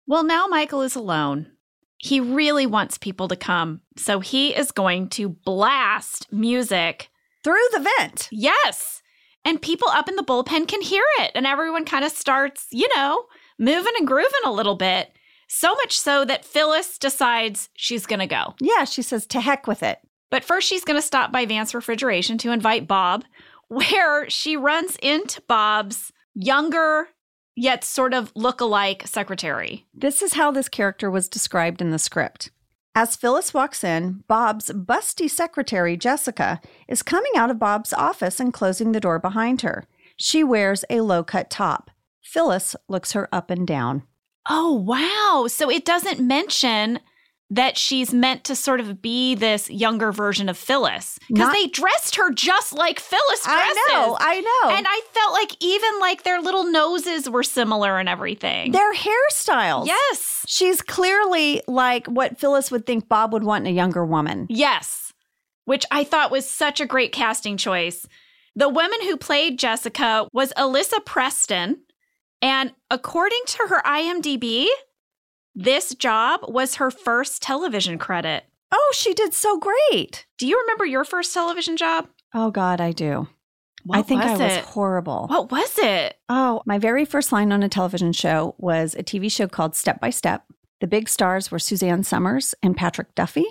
Speaker 2: Well, now Michael is alone. he really wants people to come. So he is going to blast music.
Speaker 1: Through the vent.
Speaker 2: Yes. And people up in the bullpen can hear it. And everyone kind of starts, you know, moving and grooving a little bit. So much so that Phyllis decides she's going to go.
Speaker 1: Yeah, she says, to heck with it.
Speaker 2: But first, she's going to stop by Vance Refrigeration to invite Bob, where she runs into Bob's younger, yet sort of look-alike secretary.
Speaker 1: This is how this character was described in the script. As Phyllis walks in, Bob's busty secretary, Jessica, is coming out of Bob's office and closing the door behind her. She wears a low cut top. Phyllis looks her up and down.
Speaker 2: Oh, wow. So it doesn't mention that she's meant to sort of be this younger version of Phyllis because
Speaker 1: Not-
Speaker 2: they dressed her just like Phyllis dresses.
Speaker 1: I know, I know.
Speaker 2: And I felt like even like their little noses were similar and everything.
Speaker 1: Their hairstyles.
Speaker 2: yes.
Speaker 1: She's clearly like what Phyllis would think Bob would want in a younger woman.
Speaker 2: Yes, which I thought was such a great casting choice. The woman who played Jessica was Alyssa Preston. And according to her IMDb, this job was her first television credit.
Speaker 1: Oh, she did so great.
Speaker 2: Do you remember your first television job?
Speaker 1: Oh, God, I do. I think I was horrible.
Speaker 2: What was it?
Speaker 1: Oh, my very first line on a television show was a TV show called Step by Step. The big stars were Suzanne Summers and Patrick Duffy.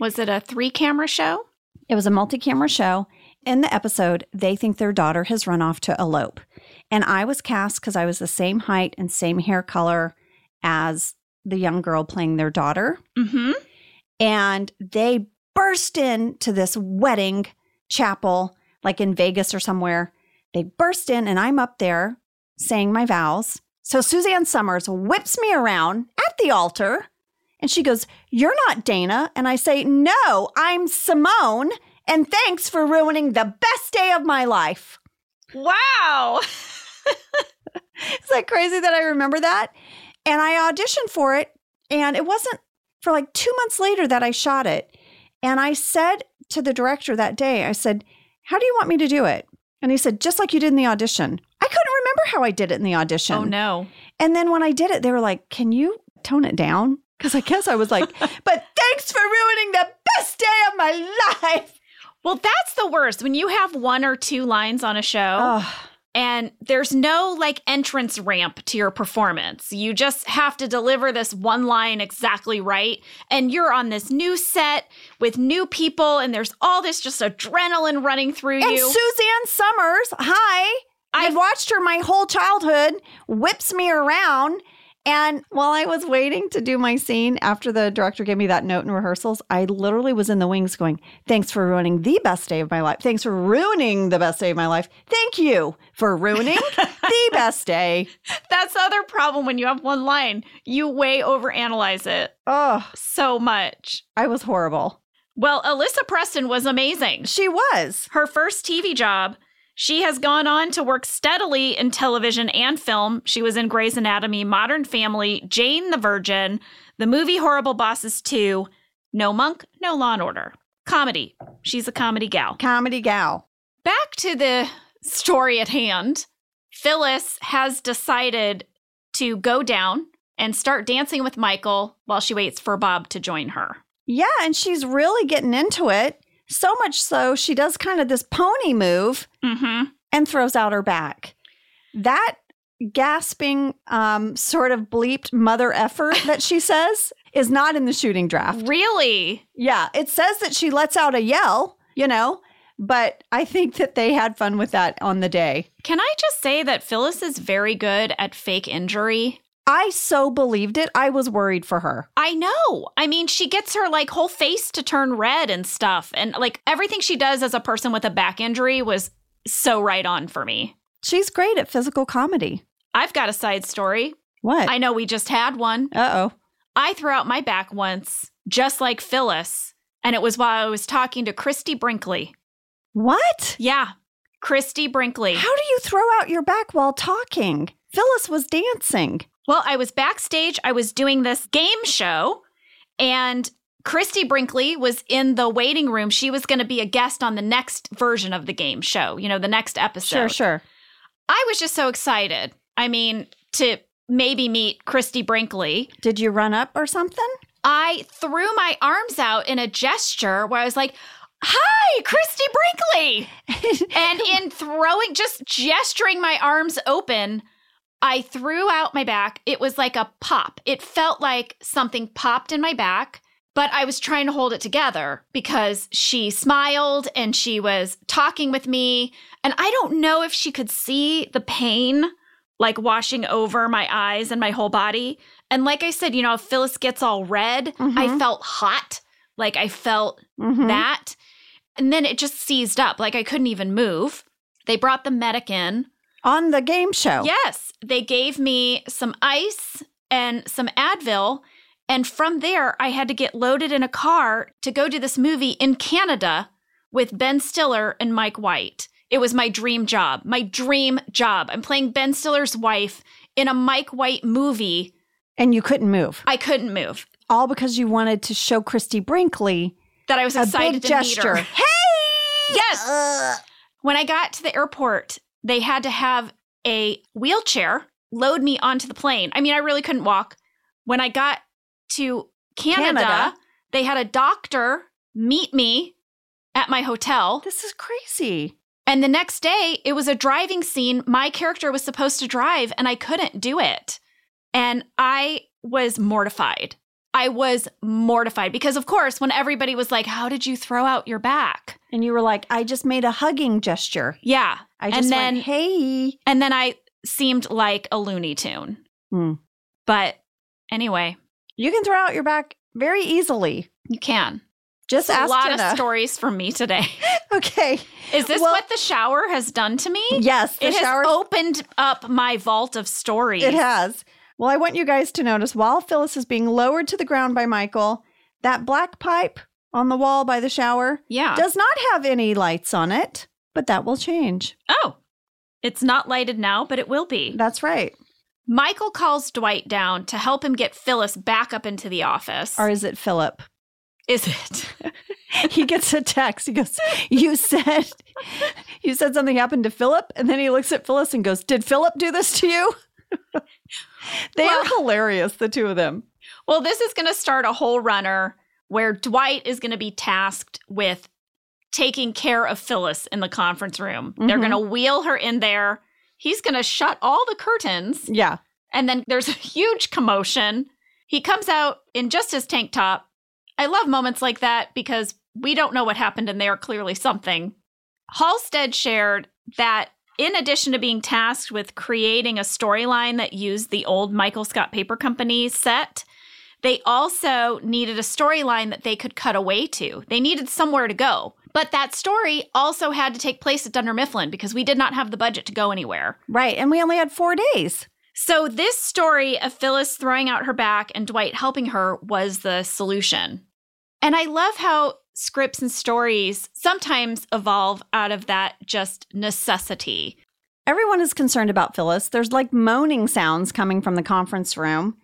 Speaker 2: Was it a three camera show?
Speaker 1: It was a multi camera show. In the episode, they think their daughter has run off to elope. And I was cast because I was the same height and same hair color as the young girl playing their daughter.
Speaker 2: Mm hmm.
Speaker 1: And they burst into this wedding chapel, like in Vegas or somewhere. They burst in, and I'm up there saying my vows. So Suzanne Summers whips me around at the altar and she goes, You're not Dana. And I say, No, I'm Simone. And thanks for ruining the best day of my life.
Speaker 2: Wow.
Speaker 1: Is that crazy that I remember that? And I auditioned for it, and it wasn't for like two months later that I shot it. And I said to the director that day, I said, How do you want me to do it? And he said, Just like you did in the audition. I couldn't remember how I did it in the audition.
Speaker 2: Oh, no.
Speaker 1: And then when I did it, they were like, Can you tone it down? Because I guess I was like, But thanks for ruining the best day of my life.
Speaker 2: Well, that's the worst when you have one or two lines on a show.
Speaker 1: Ugh.
Speaker 2: and there's no like entrance ramp to your performance. You just have to deliver this one line exactly right. And you're on this new set with new people, and there's all this just adrenaline running through
Speaker 1: And
Speaker 2: you.
Speaker 1: Suzanne Summers, hi. I
Speaker 2: I-
Speaker 1: had watched her my whole childhood, whips me around. And while I was waiting to do my scene after the director gave me that note in rehearsals, I literally was in the wings going, Thanks for ruining the best day of my life. Thanks for ruining the best day of my life. Thank you for ruining the best day.
Speaker 2: That's the other problem when you have one line, you way overanalyze it
Speaker 1: Oh,
Speaker 2: so much.
Speaker 1: I was horrible.
Speaker 2: Well, Alyssa Preston was amazing.
Speaker 1: She was.
Speaker 2: Her first TV job, she has gone on to work steadily in television and film. She was in Grey's Anatomy, Modern Family, Jane the Virgin, the movie Horrible Bosses 2, No Monk, No Law and Order. Comedy. She's a comedy gal.
Speaker 1: Comedy gal.
Speaker 2: Back to the story at hand. Phyllis has decided to go down and start dancing with Michael while she waits for Bob to join her.
Speaker 1: Yeah, and she's really getting into it. So much so, she does kind of this pony move
Speaker 2: Mm-hmm.
Speaker 1: and throws out her back. That gasping, um, sort of bleeped mother effort that she says is not in the shooting draft.
Speaker 2: Really?
Speaker 1: Yeah, it says that she lets out a yell, you know, but I think that they had fun with that on the day.
Speaker 2: Can I just say that Phyllis is very good at fake injury?
Speaker 1: I so believed it. I was worried for her.
Speaker 2: I know. I mean, she gets her like whole face to turn red and stuff. And like everything she does as a person with a back injury was so right on for me.
Speaker 1: She's great at physical comedy.
Speaker 2: I've got a side story.
Speaker 1: What?
Speaker 2: I know we just had one.
Speaker 1: uh oh.
Speaker 2: I threw out my back once, just like Phyllis, and it was while I was talking to Christy Brinkley.
Speaker 1: What?
Speaker 2: Yeah, Christy Brinkley.
Speaker 1: How do you throw out your back while talking? Phyllis was dancing.
Speaker 2: Well, I was backstage. I was doing this game show, and Christy Brinkley was in the waiting room. She was going to be a guest on the next version of the game show, you know, the next episode.
Speaker 1: sure.
Speaker 2: I was just so excited. I mean, to maybe meet Christy Brinkley.
Speaker 1: Did you run up or something?
Speaker 2: I threw my arms out in a gesture where I was like, Hi, Christy Brinkley. and in throwing, just gesturing my arms open, I threw out my back. It was like a pop. It felt like something popped in my back, but I was trying to hold it together because she smiled and she was talking with me. And I don't know if she could see the pain like washing over my eyes and my whole body. And like I said, you know, if Phyllis gets all red, I
Speaker 1: Mhm.
Speaker 2: felt hot. Like I felt
Speaker 1: Mhm.
Speaker 2: that. And then it just seized up. Like I couldn't even move. They brought the medic in.
Speaker 1: on the game show.
Speaker 2: Yes, they gave me some ice and some Advil. And from there, I had to get loaded in a car to go to this movie in Canada with Ben Stiller and Mike White. It was my dream job, my dream job. I'm playing Ben Stiller's wife in a Mike White movie.
Speaker 1: And you couldn't move.
Speaker 2: I couldn't move.
Speaker 1: All because you wanted to show Christy Brinkley
Speaker 2: That I was
Speaker 1: a big
Speaker 2: excited to
Speaker 1: gesture.
Speaker 2: meet her.
Speaker 1: Hey!
Speaker 2: Yes. When I got to the airport, they had to have a wheelchair load me onto the plane. I mean, I really couldn't walk. When I got to Canada,
Speaker 1: Canada.
Speaker 2: they had a doctor meet me at my hotel.
Speaker 1: This is crazy.
Speaker 2: And the next day, it was a driving scene. My character was supposed to drive, and I couldn't do it. And I was mortified. I was mortified because, of course, when everybody was like, How did you throw out your back?
Speaker 1: And you were like, I just made a hugging gesture.
Speaker 2: Yeah.
Speaker 1: I
Speaker 2: And
Speaker 1: just
Speaker 2: then-
Speaker 1: went, hey.
Speaker 2: And then I seemed like a Looney Tune.
Speaker 1: Hmm.
Speaker 2: But anyway,
Speaker 1: You can throw out your back very easily.
Speaker 2: you can.
Speaker 1: Just
Speaker 2: a
Speaker 1: ask
Speaker 2: lot
Speaker 1: Jenna.
Speaker 2: of stories from me today.
Speaker 1: Okay.
Speaker 2: Is this
Speaker 1: Well-
Speaker 2: what the shower has done to me?
Speaker 1: Yes, the
Speaker 2: It has
Speaker 1: shower.
Speaker 2: opened up my vault of stories.
Speaker 1: It has. Well, I want you guys to notice while Phyllis is being lowered to the ground by Michael, that black pipe on the wall by the shower
Speaker 2: Yeah.
Speaker 1: does not have any lights on it, but that will change.
Speaker 2: oh, it's not lighted now, but it will be.
Speaker 1: That's right.
Speaker 2: Michael calls Dwight down to help him get Phyllis back up into the office.
Speaker 1: Or is it Philip?
Speaker 2: Is it?
Speaker 1: he gets a text. He goes, "You said, you said something happened to Philip," and then he looks at Phyllis and goes, "Did Philip do this to you?" they are
Speaker 2: Well-
Speaker 1: hilarious, the two of them.
Speaker 2: Well, this is going to start a whole runner where Dwight is going to be tasked with taking care of Phyllis in the conference room. They're
Speaker 1: Mhm.
Speaker 2: going to wheel her in there. He's going to shut all the curtains.
Speaker 1: Yeah,
Speaker 2: And then there's a huge commotion. He comes out in just his tank top. I love moments like that because we don't know what happened in there, clearly something. Halstead shared that in addition to being tasked with creating a storyline that used the old Michael Scott Paper Company set, they also needed a storyline that they could cut away to. They needed somewhere to go. But that story also had to take place at Dunder Mifflin because we did not have the budget to go anywhere.
Speaker 1: right. And we only had four days.
Speaker 2: So, this story of Phyllis throwing out her back and Dwight helping her was the solution. And I love how scripts and stories sometimes evolve out of that just necessity.
Speaker 1: Everyone is concerned about Phyllis. There's like moaning sounds coming from the conference room,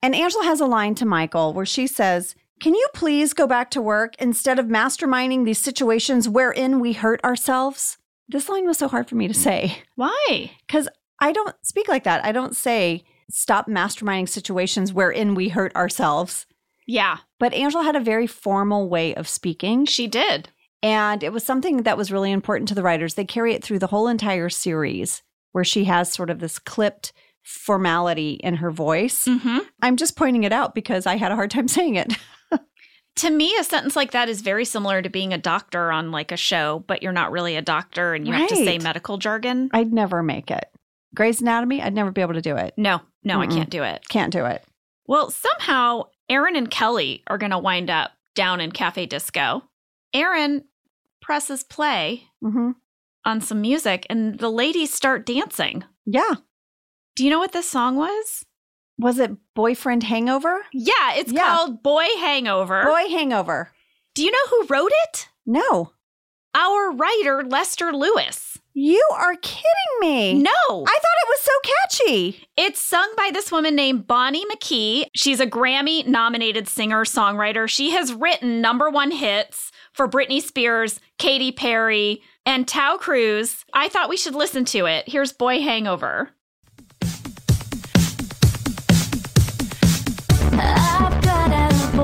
Speaker 1: and Angela has a line to Michael where she says. Can you please go back to work instead of masterminding these situations wherein we hurt ourselves? This line was so hard for me to say.
Speaker 2: Why?
Speaker 1: Because I don't speak like that. I don't say stop masterminding situations wherein we hurt ourselves.
Speaker 2: Yeah,
Speaker 1: But Angela had a very formal way of speaking.
Speaker 2: she did.
Speaker 1: And it was something that was really important to the writers. They carry it through the whole entire series where she has sort of this clipped formality in her voice.
Speaker 2: Mm-hmm.
Speaker 1: I'm just pointing it out because I had a hard time saying it.
Speaker 2: To me, a sentence like that is very similar to being a doctor on like a show, but you're not really a doctor and you have to say
Speaker 1: Right.
Speaker 2: medical jargon.
Speaker 1: I'd never make it. Grey's Anatomy, I'd never be able to do it.
Speaker 2: No, no, I
Speaker 1: Mm-mm.
Speaker 2: can't do it.
Speaker 1: Can't do it.
Speaker 2: Well, somehow Aaron and Kelly are going to wind up down in Cafe Disco. Aaron presses play
Speaker 1: hmm
Speaker 2: on some music and the ladies start dancing.
Speaker 1: Yeah.
Speaker 2: Do you know what this song was?
Speaker 1: Was it Boyfriend Hangover?
Speaker 2: Yeah, it's
Speaker 1: Yeah.
Speaker 2: called Boy Hangover.
Speaker 1: Boy Hangover.
Speaker 2: Do you know who wrote it?
Speaker 1: No.
Speaker 2: Our writer, Lester Lewis.
Speaker 1: You are kidding me.
Speaker 2: No,
Speaker 1: I thought it was so catchy.
Speaker 2: it's sung by this woman named Bonnie McKee. She's a Grammy nominated singer songwriter. She has written number one hits for Britney Spears, Katy Perry, and Tao Cruz. I thought we should listen to it. Here's Boy Hangover.
Speaker 6: I've got a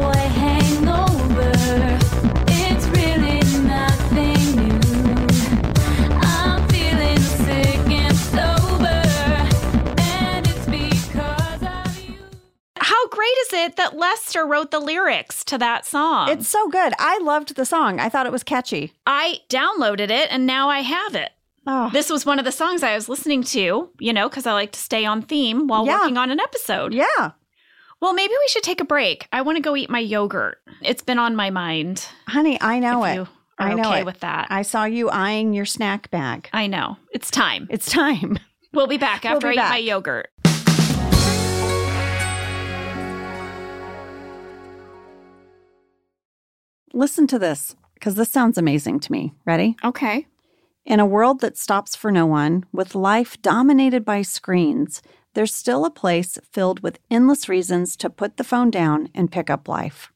Speaker 2: Lester wrote the lyrics to that song.
Speaker 1: It's so good. I loved the song. I thought it was catchy.
Speaker 2: I downloaded it and now I have it.
Speaker 1: Oh,
Speaker 2: This was one of the songs I was listening to, you know, because I like to stay on theme while
Speaker 1: Yeah.
Speaker 2: working on an episode.
Speaker 1: yeah.
Speaker 2: Well, maybe we should take a break. I want to go eat my yogurt. It's been on my mind.
Speaker 1: Honey, I know
Speaker 2: if
Speaker 1: it.
Speaker 2: you are
Speaker 1: I know
Speaker 2: okay
Speaker 1: it.
Speaker 2: with that. I,
Speaker 1: I saw you eyeing your snack bag.
Speaker 2: know. It's time.
Speaker 1: It's time.
Speaker 2: We'll be back
Speaker 1: We'll
Speaker 2: after
Speaker 1: be
Speaker 2: I eat my
Speaker 1: back.
Speaker 2: yogurt.
Speaker 1: Listen to this because this sounds amazing to me. Ready?
Speaker 2: Okay.
Speaker 1: In a world that stops for no one, with life dominated by screens, there's still a place filled with endless reasons to put the phone down and pick up life.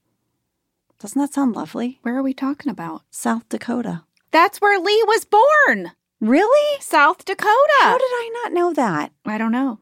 Speaker 1: Doesn't that sound lovely?
Speaker 6: Where are we talking about?
Speaker 1: South Dakota.
Speaker 6: That's where Lee was born,
Speaker 1: Really?
Speaker 6: South Dakota.
Speaker 1: How did I not know that?
Speaker 6: I don't know.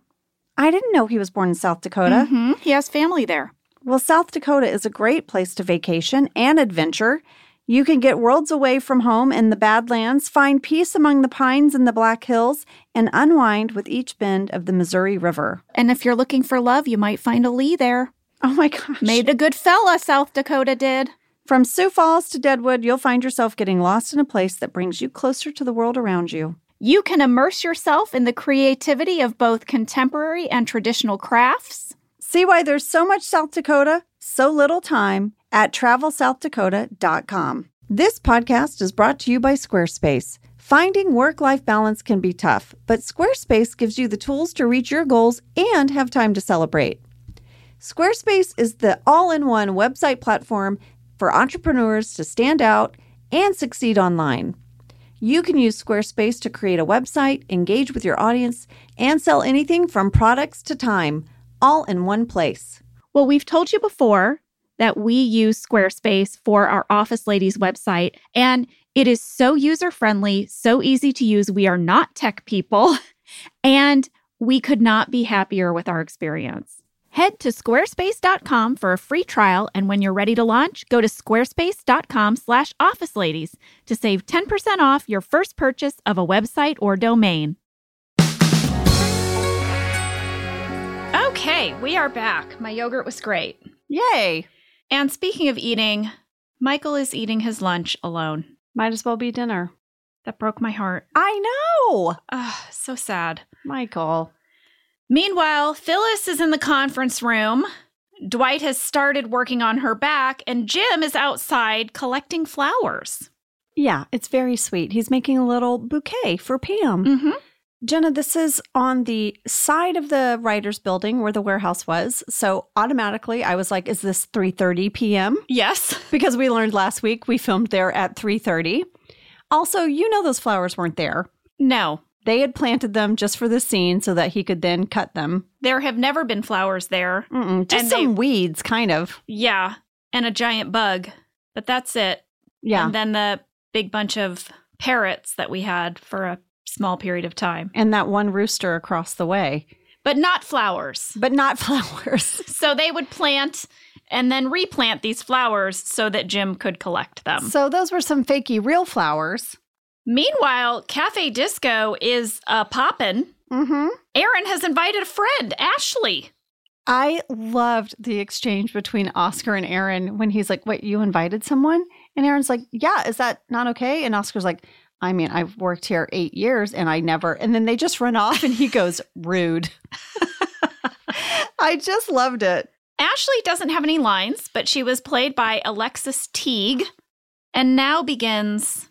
Speaker 1: I didn't know he was born in South Dakota.
Speaker 6: Mhm. He has family there.
Speaker 1: Well, South Dakota is a great place to vacation and adventure. You can get worlds away from home in the Badlands, find peace among the pines and the Black Hills, and unwind with each bend of the Missouri River.
Speaker 6: And if you're looking for love, you might find a Lee there.
Speaker 1: Oh my gosh.
Speaker 6: Made a good fella, South Dakota did.
Speaker 1: From Sioux Falls to Deadwood, you'll find yourself getting lost in a place that brings you closer to the world around you.
Speaker 6: You can immerse yourself in the creativity of both contemporary and traditional crafts.
Speaker 1: See why there's so much South Dakota, so little time at travelsouthdakota.com. This podcast is brought to you by Squarespace. Finding work life balance can be tough, but Squarespace gives you the tools to reach your goals and have time to celebrate. Squarespace is the all in one website platform for entrepreneurs to stand out and succeed online. You can use Squarespace to create a website, engage with your audience, and sell anything from products to time, all in one place.
Speaker 6: Well, we've told you before that we use Squarespace for our Office Ladies website, and it is so user friendly, so easy to use. We are not tech people, and we could not be happier with our experience. Head to squarespace.com for a free trial, and when you're ready to launch, go to squarespace.com slash office ladies to save 10% off your first purchase of a website or domain.
Speaker 2: Okay, we are back. My yogurt was great.
Speaker 1: Yay!
Speaker 2: And speaking of eating, Michael is eating his lunch alone.
Speaker 1: Might as well be dinner.
Speaker 2: That broke my heart.
Speaker 1: I know,
Speaker 2: Ah, so sad.
Speaker 1: Michael.
Speaker 2: Meanwhile, Phyllis is in the conference room. Dwight has started working on her back, and Jim is outside collecting flowers.
Speaker 1: Yeah, it's very sweet. He's making a little bouquet for Pam.
Speaker 2: Mm-hmm.
Speaker 1: Jenna, this is on the side of the writer's building where the warehouse was. So automatically I was like, is this 3:30 p.m.?
Speaker 2: Yes.
Speaker 1: Because we learned last week we filmed there at 3:30. Also, you know those flowers weren't there.
Speaker 2: No,
Speaker 1: They had planted them just for the scene so that he could then cut them.
Speaker 2: there have never been flowers there.
Speaker 1: Mm-mm, just
Speaker 2: And
Speaker 1: some
Speaker 2: they-
Speaker 1: weeds, kind of.
Speaker 2: Yeah, and a giant bug, but that's it.
Speaker 1: Yeah.
Speaker 2: And then the big bunch of parrots that we had for a small period of time,
Speaker 1: and that one rooster across the way,
Speaker 2: but not flowers.
Speaker 1: but not flowers.
Speaker 2: So they would plant and then replant these flowers so that Jim could collect them.
Speaker 1: so those were some fakey real flowers.
Speaker 2: Meanwhile, Cafe Disco is uh, poppin'.
Speaker 1: Mm-hmm.
Speaker 2: Aaron has invited a friend, Ashley.
Speaker 1: I loved the exchange between Oscar and Aaron when he's like, "Wait, you invited someone?" And Aaron's like, "Yeah, is that not okay?" And Oscar's like, "I mean, I've worked here eight years and I never." And then they just run off, and he goes, "Rude." I just loved it.
Speaker 2: Ashley doesn't have any lines, but she was played by Alexis Teague and now begins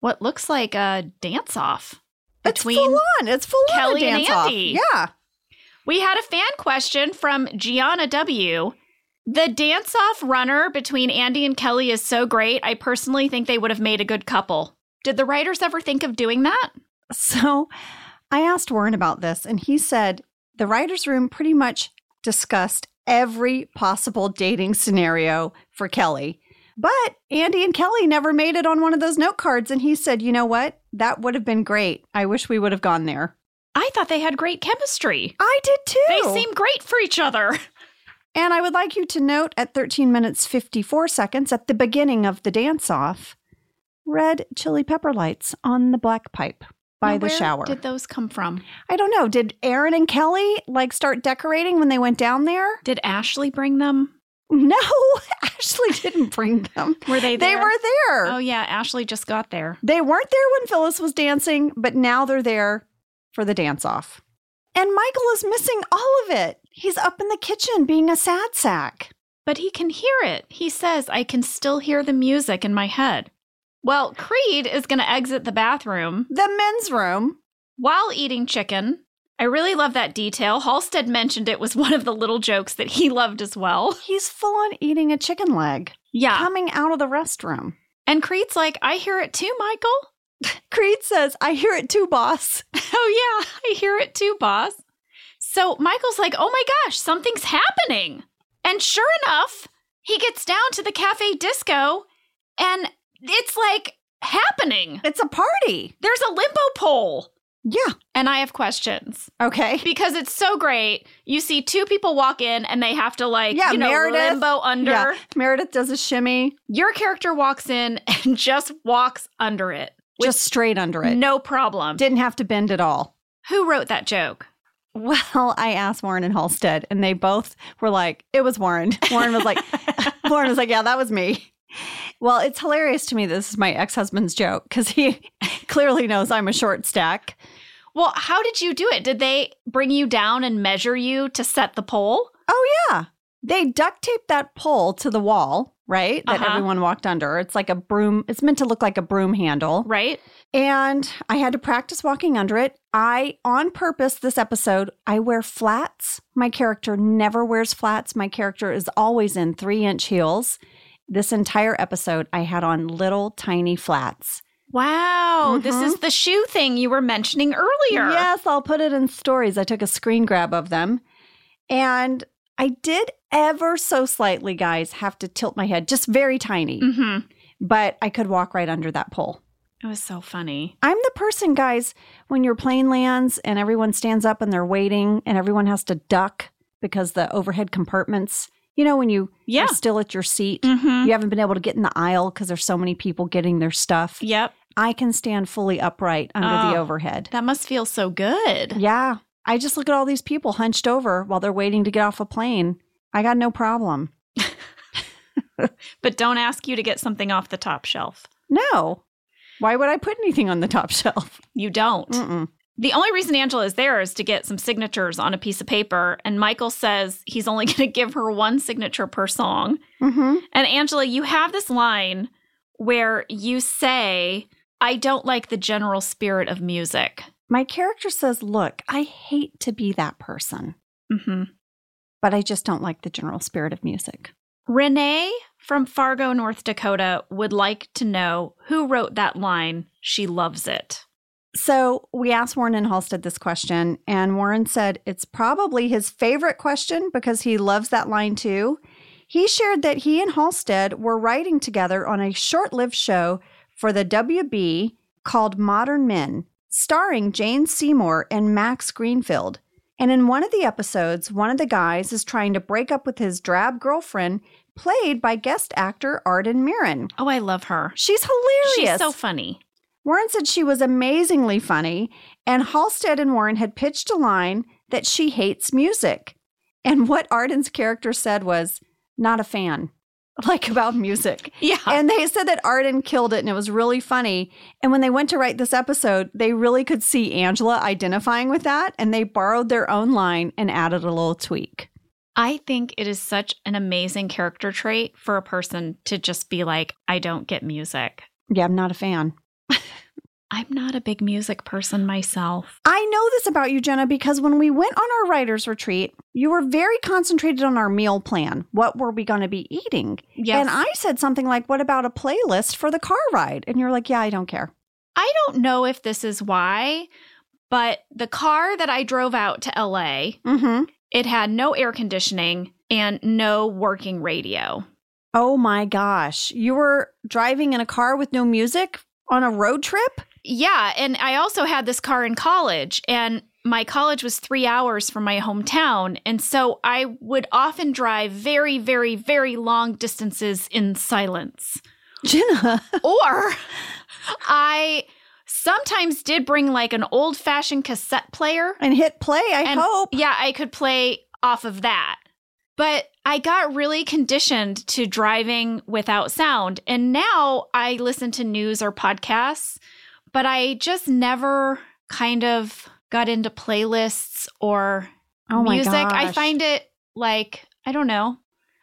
Speaker 2: what looks like a dance off. Between
Speaker 1: it's full on. It's full
Speaker 2: Kelly
Speaker 1: on a
Speaker 2: and
Speaker 1: dance
Speaker 2: Andy.
Speaker 1: off. Yeah.
Speaker 2: We had a fan question from Gianna W. The dance off runner between Andy and Kelly is so great. I personally think they would have made a good couple. Did the writers ever think of doing that?
Speaker 1: So I asked Warren about this, and he said the writer's room pretty much discussed every possible dating scenario for Kelly. But Andy and Kelly never made it on one of those note cards. And he said, you know what? That would have been great. I wish we would have gone there.
Speaker 2: I thought they had great chemistry.
Speaker 1: I did too.
Speaker 2: They seem great for each other.
Speaker 1: and I would like you to note at 13 minutes 54 seconds at the beginning of the dance off, red chili pepper lights on the black pipe by
Speaker 2: Now,
Speaker 1: the
Speaker 2: where
Speaker 1: shower.
Speaker 2: Did those come from?
Speaker 1: I don't know. Did Aaron and Kelly like start decorating when they went down there?
Speaker 2: Did Ashley bring them?
Speaker 7: No, Ashley didn't bring them.
Speaker 2: Were they
Speaker 7: They
Speaker 2: there?
Speaker 7: were there.
Speaker 2: Oh, yeah. Ashley just got there.
Speaker 7: They weren't there when Phyllis was dancing, but now they're there for the dance off. And Michael is missing all of it. He's up in the kitchen being a sad sack.
Speaker 2: But he can hear it. He says, I can still hear the music in my head. Well, Creed is going to exit the bathroom
Speaker 7: The men's room.
Speaker 2: while eating chicken. I really love that detail. Halstead mentioned it was one of the little jokes that he loved as well.
Speaker 7: He's full on eating a chicken leg
Speaker 2: Yeah.
Speaker 7: coming out of the restroom.
Speaker 2: And Creed's like, I hear it too, Michael.
Speaker 7: Creed says, I hear it too, boss.
Speaker 2: Oh, yeah, I hear it too, boss. So Michael's like, oh my gosh, something's happening. And sure enough, he gets down to the cafe disco and it's like happening.
Speaker 7: It's a party.
Speaker 2: There's a limbo pole.
Speaker 7: Yeah.
Speaker 2: And I have questions
Speaker 7: Okay.
Speaker 2: because it's so great. You see two people walk in and they have to like,
Speaker 7: Yeah,
Speaker 2: you know,
Speaker 7: Meredith.
Speaker 2: limbo under.
Speaker 7: Yeah. Meredith does a shimmy
Speaker 2: Your character walks in and just walks under it. With
Speaker 7: just straight under it.
Speaker 2: no problem.
Speaker 7: Didn't have to bend at all.
Speaker 2: Who wrote that joke?
Speaker 7: Well, I asked Warren and Halstead, and they both were like, it was Warren. Warren was like, Warren was like, yeah, that was me. Well, it's hilarious to me. that This is my ex husband's joke because he clearly knows I'm a short stack.
Speaker 2: Well, how did you do it? Did they bring you down and measure you to set the pole?
Speaker 7: Oh, yeah. They duct taped that pole to the wall, right? That
Speaker 2: Uh-huh.
Speaker 7: everyone walked under. It's like a broom, it's meant to look like a broom handle.
Speaker 2: Right?
Speaker 7: And I had to practice walking under it. I, on purpose, this episode, I wear flats. My character never wears flats. My character is always in three inch heels. This entire episode, I had on little tiny flats.
Speaker 2: Wow. This
Speaker 7: Mhm.
Speaker 2: is the shoe thing you were mentioning earlier.
Speaker 7: Yes, I'll put it in stories. I took a screen grab of them. And I did ever so slightly, guys, have to tilt my head, just very tiny,
Speaker 2: hmm
Speaker 7: but I could walk right under that pole.
Speaker 2: It was so funny.
Speaker 7: I'm the person, guys, when your plane lands and everyone stands up and they're waiting and everyone has to duck because the overhead compartments, you know, when you
Speaker 2: Yeah.
Speaker 7: are still at your seat,
Speaker 2: Mm-hmm.
Speaker 7: you haven't been able to get in the aisle because there's so many people getting their stuff.
Speaker 2: Yep.
Speaker 7: I can stand fully upright under the
Speaker 2: Oh.
Speaker 7: overhead.
Speaker 2: That must feel so good.
Speaker 7: Yeah. I just look at all these people hunched over while they're waiting to get off a plane. I got no problem.
Speaker 2: But don't ask you to get something off the top shelf.
Speaker 7: No. Why would I put anything on the top shelf?
Speaker 2: You don't.
Speaker 7: Mm-mm.
Speaker 2: The only reason Angela is there is to get some signatures on a piece of paper. And Michael says he's only going to give her one signature per song.
Speaker 7: Mm-hmm.
Speaker 2: And Angela, you have this line where you say, I don't like the general spirit of music.
Speaker 7: My character says, Look, I hate to be that person.
Speaker 2: hmm
Speaker 7: but I just don't like the general spirit of music.
Speaker 2: Renee from Fargo, North Dakota would like to know who wrote that line. She loves it.
Speaker 7: So we asked Warren and Halstead this question, and Warren said it's probably his favorite question because he loves that line too. He shared that he and Halstead were writing together on a short lived show for the WB called Modern Men, starring Jane Seymour and Max Greenfield. And in one of the episodes, one of the guys is trying to break up with his drab girlfriend, played by guest actor Arden Mirren.
Speaker 2: Oh, I love her.
Speaker 7: She's hilarious.
Speaker 2: She's so funny.
Speaker 7: Warren said she was amazingly funny, and Halstead and Warren had pitched a line that she hates music. And what Arden's character said was, not a fan, like about music.
Speaker 2: Yeah.
Speaker 7: And they said that Arden killed it and it was really funny. And when they went to write this episode, they really could see Angela identifying with that, and they borrowed their own line and added a little tweak.
Speaker 2: I think it is such an amazing character trait for a person to just be like, I don't get music.
Speaker 7: Yeah, I'm not a fan.
Speaker 2: I'm not a big music person myself.
Speaker 7: I know this about you, Jenna, because when we went on our writer's retreat, you were very concentrated on our meal plan. What were we going to be eating?
Speaker 2: Yes.
Speaker 7: And I said something like, What about a playlist for the car ride? And you're like, Yeah, I don't care.
Speaker 2: I don't know if this is why, but the car that I drove out to LA,
Speaker 7: Mm-hmm.
Speaker 2: it had no air conditioning and no working radio.
Speaker 7: Oh my gosh. You were driving in a car with no music on a road trip?
Speaker 2: Yeah, and I also had this car in college and my college was 3 hours from my hometown, and so I would often drive very very very long distances in silence.
Speaker 7: Jenna.
Speaker 2: or I sometimes did bring like an old fashioned cassette player.
Speaker 7: And hit play, I
Speaker 2: and
Speaker 7: hope.
Speaker 2: Yeah, I could play off of that. But I got really conditioned to driving without sound. And now I listen to news or podcasts, but I just never kind of got into playlists or
Speaker 7: Oh my
Speaker 2: music. I
Speaker 7: gosh.
Speaker 2: find it like, I don't know.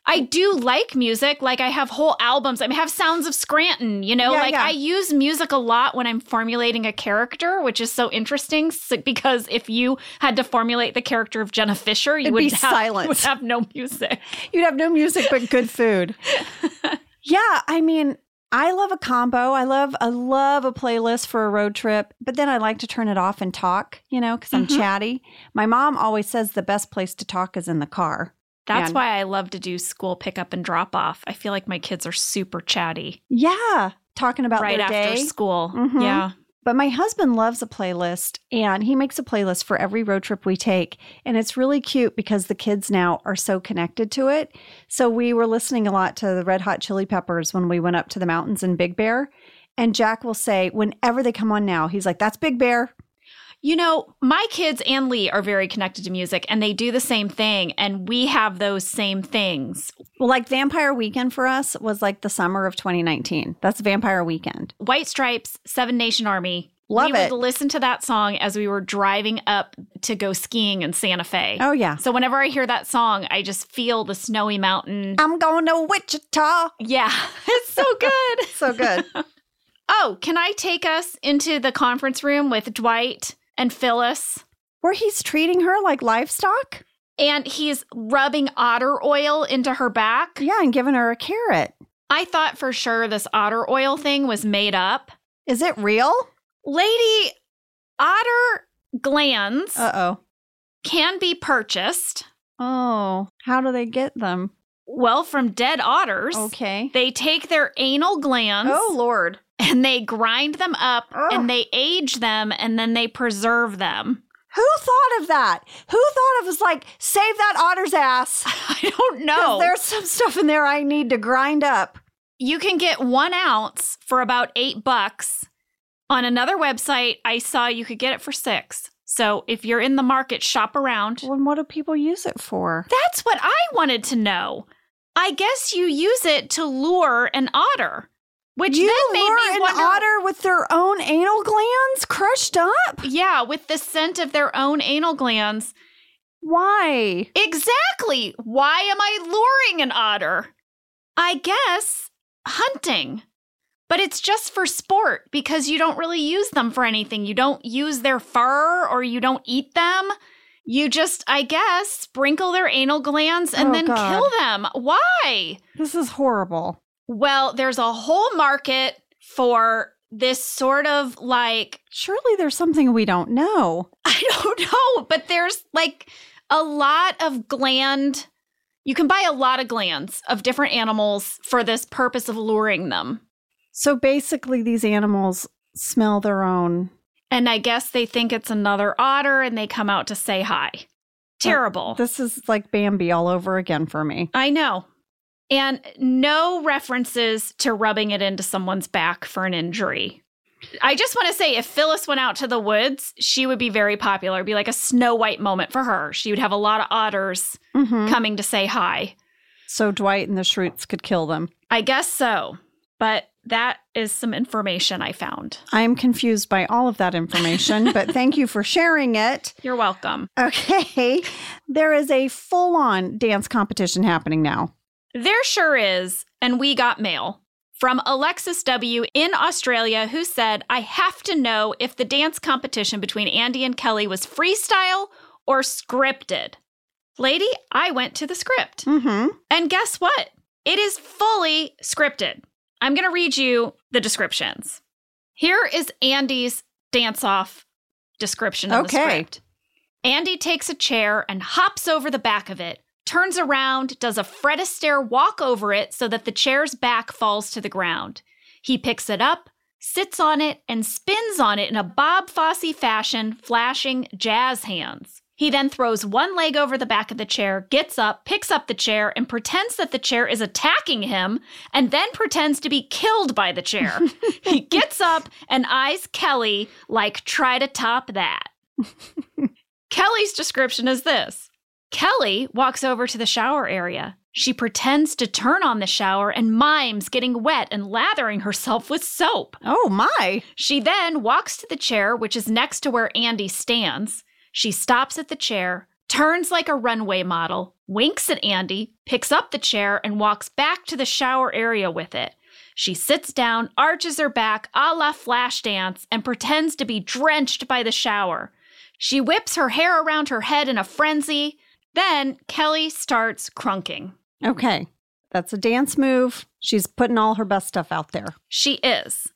Speaker 2: I do like music. Like I have whole albums. I, mean, I have Sounds of Scranton, you know,
Speaker 7: Yeah,
Speaker 2: like
Speaker 7: yeah.
Speaker 2: I use music a lot when I'm formulating a character, which is so interesting s- because if you had to formulate the character of Jenna Fisher, you
Speaker 7: It'd
Speaker 2: would
Speaker 7: be
Speaker 2: have,
Speaker 7: silent.
Speaker 2: would have no music.
Speaker 7: You'd have no music but good food. yeah, I mean, I love a combo. I love I love a playlist for a road trip, but then I like to turn it off and talk, you know, because I'm
Speaker 2: Mhm.
Speaker 7: chatty. My mom always says the best place to talk is in the car.
Speaker 2: That's
Speaker 7: And-
Speaker 2: why I love to do school pickup and drop off. I feel like my kids are super chatty
Speaker 7: Yeah, talking about
Speaker 2: right
Speaker 7: their
Speaker 2: after
Speaker 7: day.
Speaker 2: school.
Speaker 7: Mhm.
Speaker 2: Yeah.
Speaker 7: But my husband loves a playlist and he makes a playlist for every road trip we take. And it's really cute because the kids now are so connected to it. So we were listening a lot to the Red Hot Chili Peppers when we went up to the mountains in Big Bear. And Jack will say, whenever they come on now, he's like, that's Big Bear.
Speaker 2: You know, my kids and Lee are very connected to music and they do the same thing. And we have those same things.
Speaker 7: Well, like Vampire Weekend for us was like the summer of 2019. That's Vampire Weekend.
Speaker 2: White Stripes, Seven Nation Army.
Speaker 7: Love
Speaker 2: we
Speaker 7: it.
Speaker 2: would listen to that song as we were driving up to go skiing in Santa Fe.
Speaker 7: Oh, yeah.
Speaker 2: So whenever I hear that song, I just feel the snowy mountain.
Speaker 7: I'm going to Wichita.
Speaker 2: Yeah, it's so good.
Speaker 7: So good.
Speaker 2: oh, can I take us into the conference room with Dwight and Phyllis?
Speaker 7: Where he's treating her like livestock.
Speaker 2: And he's rubbing otter oil into her back.
Speaker 7: Yeah, and giving her a carrot.
Speaker 2: I thought for sure this otter oil thing was made up.
Speaker 7: Is it real?
Speaker 2: Lady, otter glands
Speaker 7: Uh oh.
Speaker 2: can be purchased,
Speaker 7: Oh, how do they get them?
Speaker 2: well, from dead otters.
Speaker 7: Okay.
Speaker 2: They take their anal glands
Speaker 7: Oh, Lord.
Speaker 2: and they grind them up
Speaker 7: Oh.
Speaker 2: and they age them and then they preserve them.
Speaker 7: Who thought of that? Who thought of us like, save that otter's ass? 'cause
Speaker 2: I don't know.
Speaker 7: There's some stuff in there I need to grind up.
Speaker 2: You can get one ounce for about eight bucks. On another website, I saw you could get it for six. So if you're in the market, shop around.
Speaker 7: Well, and what do people use it for?
Speaker 2: That's what I wanted to know. I guess you use it to lure an otter, which
Speaker 7: you
Speaker 2: then made
Speaker 7: lure
Speaker 2: me
Speaker 7: an
Speaker 2: wonder.
Speaker 7: otter with their own anal glands crushed up?
Speaker 2: Yeah, with the scent of their own anal glands.
Speaker 7: Why?
Speaker 2: Exactly. Why am I luring an otter? I guess hunting. But it's just for sport because you don't really use them for anything. You don't use their fur or you don't eat them. You just, I guess, sprinkle their anal glands and
Speaker 7: Oh,
Speaker 2: then
Speaker 7: God.
Speaker 2: kill them. Why?
Speaker 7: This is horrible.
Speaker 2: Well, there's a whole market for this sort of like
Speaker 7: Surely there's something we don't know.
Speaker 2: I don't know, but there's like a lot of gland. You can buy a lot of glands of different animals for this purpose of luring them.
Speaker 7: So basically, these animals smell their own.
Speaker 2: And I guess they think it's another otter and they come out to say hi. Terrible.
Speaker 7: This is like Bambi all over again for me.
Speaker 2: I know. And no references to rubbing it into someone's back for an injury. I just want to say if Phyllis went out to the woods, she would be very popular. It'd be like a Snow White moment for her. She would have a lot of otters
Speaker 7: Mm-hmm.
Speaker 2: coming to say hi.
Speaker 7: So Dwight and the Shroots could kill them.
Speaker 2: I guess so. But that is some information I found.
Speaker 7: I'm confused by all of that information, but thank you for sharing it.
Speaker 2: You're welcome.
Speaker 7: Okay. There is a full on dance competition happening now.
Speaker 2: There sure is. And we got mail from Alexis W. in Australia, who said, I have to know if the dance competition between Andy and Kelly was freestyle or scripted. Lady, I went to the script.
Speaker 7: Mm-hmm.
Speaker 2: And guess what? It is fully scripted. I'm going to read you the descriptions. Here is Andy's dance off description of the
Speaker 7: Okay.
Speaker 2: script. Andy takes a chair and hops over the back of it, turns around, does a Fred Astaire walk over it so that the chair's back falls to the ground. He picks it up, sits on it, and spins on it in a Bob Fosse fashion, flashing jazz hands. He then throws one leg over the back of the chair, gets up, picks up the chair, and pretends that the chair is attacking him, and then pretends to be killed by the chair. he gets up and eyes Kelly like, try to top that. Kelly's description is this Kelly walks over to the shower area. She pretends to turn on the shower and mimes getting wet and lathering herself with soap.
Speaker 7: Oh my.
Speaker 2: She then walks to the chair, which is next to where Andy stands. She stops at the chair, turns like a runway model, winks at Andy, picks up the chair, and walks back to the shower area with it. She sits down, arches her back a la Flashdance, and pretends to be drenched by the shower. She whips her hair around her head in a frenzy. Then Kelly starts crunking.
Speaker 7: Okay. That's a dance move. She's putting all her best stuff out there.
Speaker 2: She is.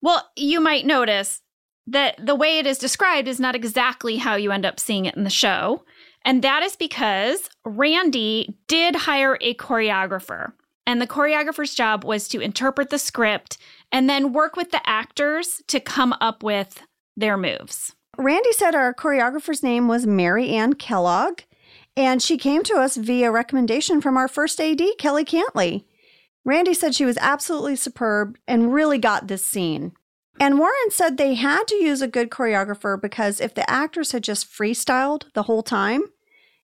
Speaker 2: Well, you might notice that the way it is described is not exactly how you end up seeing it in the show. And that is because Randy did hire a choreographer. And the choreographer's job was to interpret the script and then work with the actors to come up with their moves.
Speaker 7: Randy said our choreographer's name was Mary Ann Kellogg, and she came to us via recommendation from our first AD, Kelly Cantley. Randy said she was absolutely superb and really got this scene. And Warren said they had to use a good choreographer because if the actors had just freestyled the whole time,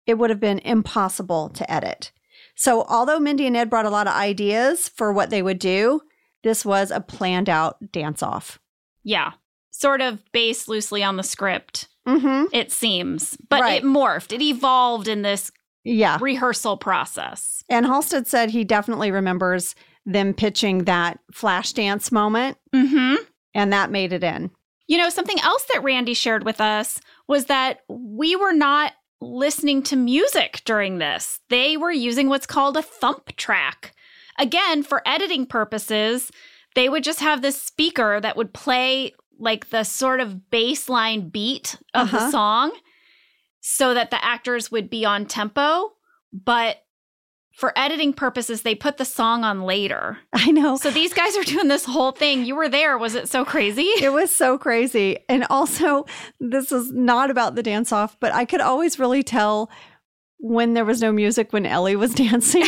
Speaker 7: it would have been impossible to edit. So, although Mindy and Ed brought a lot of ideas for what they would do, this was a planned out dance off.
Speaker 2: Yeah, sort of based loosely on the script,
Speaker 7: Mm-hmm.
Speaker 2: it seems. But
Speaker 7: Right. Ah.
Speaker 2: it morphed, it evolved in this
Speaker 7: Yeah.
Speaker 2: rehearsal process.
Speaker 7: And Halstead said he definitely remembers them pitching that flash dance moment,
Speaker 2: Mm hmm.
Speaker 7: and that made it in.
Speaker 2: You know, something else that Randy shared with us was that we were not listening to music during this. They were using what's called a thump track. Again, for editing purposes, they would just have this speaker that would play like the sort of baseline beat of
Speaker 7: Uh-huh.
Speaker 2: the song so that the actors would be on tempo. But for editing purposes, they put the song on later.
Speaker 7: I know.
Speaker 2: So these guys are doing this whole thing. You were there. Was it so crazy?
Speaker 7: it was so crazy. And also, this is not about the dance off, but I could always really tell when there was no music when Ellie was dancing.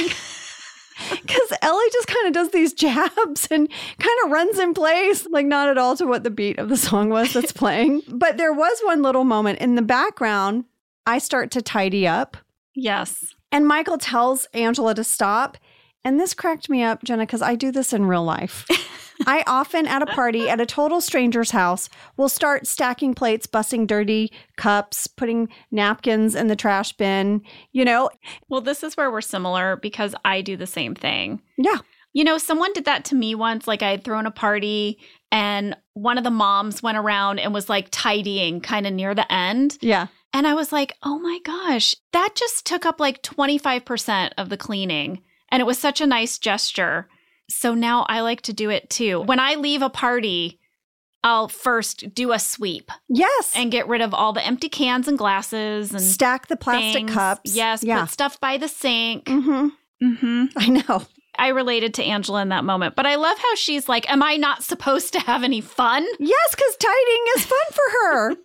Speaker 7: Because Ellie just kind of does these jabs and kind of runs in place, like not at all to what the beat of the song was that's playing. But there was one little moment in the background. I start to tidy up
Speaker 2: Yes.
Speaker 7: And Michael tells Angela to stop. And this cracked me up, Jenna, because I do this in real life. I often at a party at a total stranger's house will start stacking plates, bussing dirty cups, putting napkins in the trash bin, you know?
Speaker 2: Well, this is where we're similar because I do the same thing.
Speaker 7: Yeah.
Speaker 2: You know, someone did that to me once. Like, I had thrown a party, and one of the moms went around and was like tidying kind of near the end.
Speaker 7: Yeah.
Speaker 2: And I was like, oh my gosh, that just took up like 25% of the cleaning. And it was such a nice gesture. So now I like to do it too. When I leave a party, I'll first do a sweep
Speaker 7: Yes.
Speaker 2: and get rid of all the empty cans and glasses and
Speaker 7: Stack the plastic
Speaker 2: things.
Speaker 7: cups.
Speaker 2: Yes,
Speaker 7: Yeah.
Speaker 2: put stuff by the sink.
Speaker 7: hmm
Speaker 2: Mm-hmm.
Speaker 7: I know.
Speaker 2: I related to Angela in that moment, but I love how she's like, Am I not supposed to have any fun?
Speaker 7: Yes, because tidying is fun for her.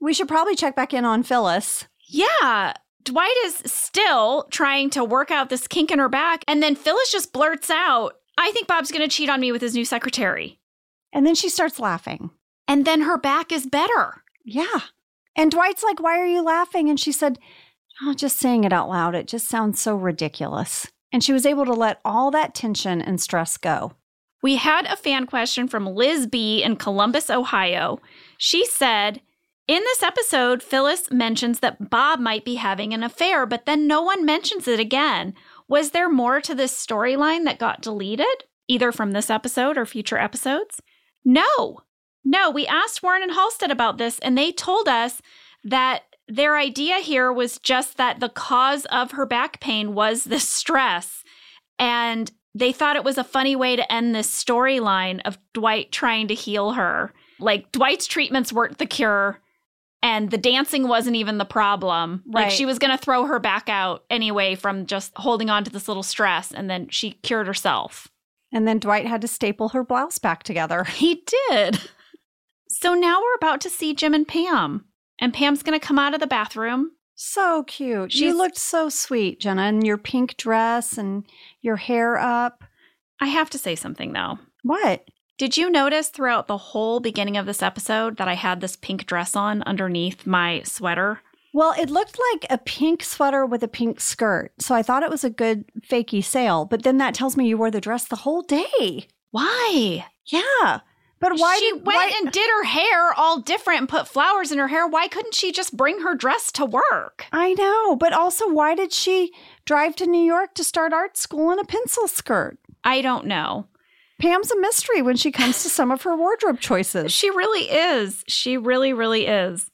Speaker 7: we should probably check back in on Phyllis.
Speaker 2: Yeah. Dwight is still trying to work out this kink in her back. And then Phyllis just blurts out, I think Bob's going to cheat on me with his new secretary.
Speaker 7: And then she starts laughing.
Speaker 2: And then her back is better.
Speaker 7: Yeah. And Dwight's like, Why are you laughing? And she said, oh, Just saying it out loud. It just sounds so ridiculous. And she was able to let all that tension and stress go.
Speaker 2: We had a fan question from Liz B in Columbus, Ohio. She said, in this episode, Phyllis mentions that Bob might be having an affair, but then no one mentions it again. Was there more to this storyline that got deleted, either from this episode or future episodes? No. No, we asked Warren and Halstead about this, and they told us that their idea here was just that the cause of her back pain was the stress. And they thought it was a funny way to end this storyline of Dwight trying to heal her. Like, Dwight's treatments weren't the cure, and the dancing wasn't even the problem. Like,
Speaker 7: Right.
Speaker 2: she was going to throw her back out anyway from just holding on to this little stress, and then she cured herself.
Speaker 7: And then Dwight had to staple her blouse back together.
Speaker 2: He did. So now we're about to see Jim and Pam. And Pam's going to come out of the bathroom.
Speaker 7: So cute. She
Speaker 2: She's-
Speaker 7: looked so sweet, Jenna, in your pink dress and your hair up.
Speaker 2: I have to say something though.
Speaker 7: What?
Speaker 2: Did you notice throughout the whole beginning of this episode that I had this pink dress on underneath my sweater?
Speaker 7: Well, it looked like a pink sweater with a pink skirt. So I thought it was a good fakey sale. But then that tells me you wore the dress the whole day.
Speaker 2: Why?
Speaker 7: Yeah. But why
Speaker 2: she
Speaker 7: did-
Speaker 2: went
Speaker 7: why-
Speaker 2: and did her hair all different and put flowers in her hair. Why couldn't she just bring her dress to work?
Speaker 7: I know, but also why did she drive to New York to start art school in a pencil skirt?
Speaker 2: I don't know.
Speaker 7: Pam's a mystery when she comes to some of her wardrobe choices.
Speaker 2: She really is. She really, really is.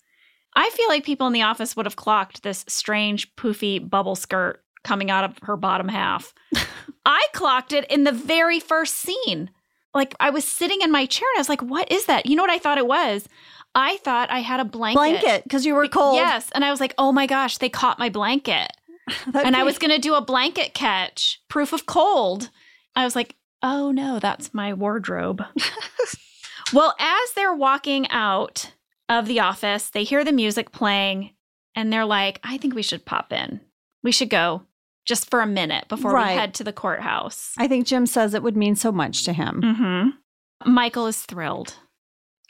Speaker 2: I feel like people in the office would have clocked this strange, poofy bubble skirt coming out of her bottom half. I clocked it in the very first scene. Like, I was sitting in my chair and I was like, what is that? You know what I thought it was? I thought I had a blanket.
Speaker 7: Blanket, because you were cold.
Speaker 2: Yes. And I was like, oh my gosh, they caught my blanket.
Speaker 7: That'd
Speaker 2: and I
Speaker 7: be-
Speaker 2: was going to do a blanket catch, proof of cold. I was like, oh no, that's my wardrobe. well, as they're walking out of the office, they hear the music playing and they're like, I think we should pop in. We should go just for a minute before
Speaker 7: Right.
Speaker 2: we head to the courthouse.
Speaker 7: I think Jim says it would mean so much to
Speaker 2: Mm.
Speaker 7: him.
Speaker 2: hmm. Michael is thrilled.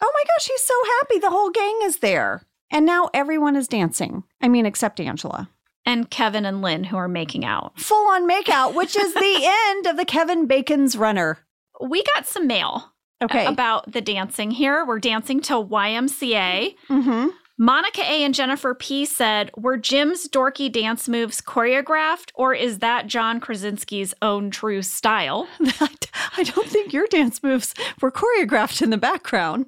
Speaker 7: Oh my gosh, he's so happy. The whole gang is there. And now everyone is dancing. I mean, except Angela.
Speaker 2: And Kevin and Lynn, who are making out.
Speaker 7: Full on makeout, which is the end of the Kevin Bacon's runner.
Speaker 2: We got some mail
Speaker 7: Okay.
Speaker 2: about the dancing here. We're dancing to YMCA.
Speaker 7: mm-hmm.
Speaker 2: Monica A and Jennifer P said, Were Jim's dorky dance moves choreographed, or is that John Krasinski's own true style?
Speaker 7: I don't think your dance moves were choreographed in the background.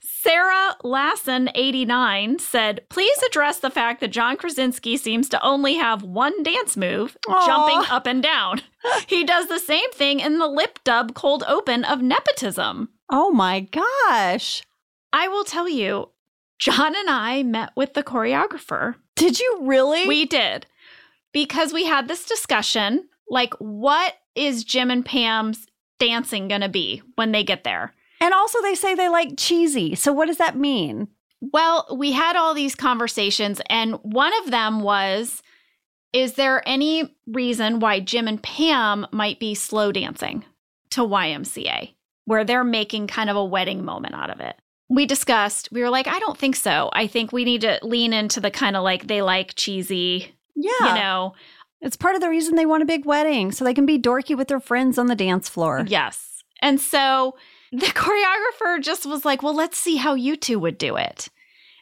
Speaker 2: Sarah Lassen, 89, said, Please address the fact that John Krasinski seems to only have one dance move
Speaker 7: Aw.
Speaker 2: jumping up and down. he does the same thing in the lip dub cold open of nepotism.
Speaker 7: Oh my gosh.
Speaker 2: I will tell you, John and I met with the choreographer.
Speaker 7: Did you really?
Speaker 2: We did. Because we had this discussion like, what is Jim and Pam's dancing going to be when they get there?
Speaker 7: and also, they say they like cheesy. So, what does that mean?
Speaker 2: Well, we had all these conversations, and one of them was Is there any reason why Jim and Pam might be slow dancing to YMCA, where they're making kind of a wedding moment out of it? We discussed, we were like, I don't think so. I think we need to lean into the kind of like they like cheesy,
Speaker 7: Yeah.
Speaker 2: you know,
Speaker 7: it's part of the reason they want a big wedding so they can be dorky with their friends on the dance floor.
Speaker 2: Yes. And so the choreographer just was like, well, let's see how you two would do it.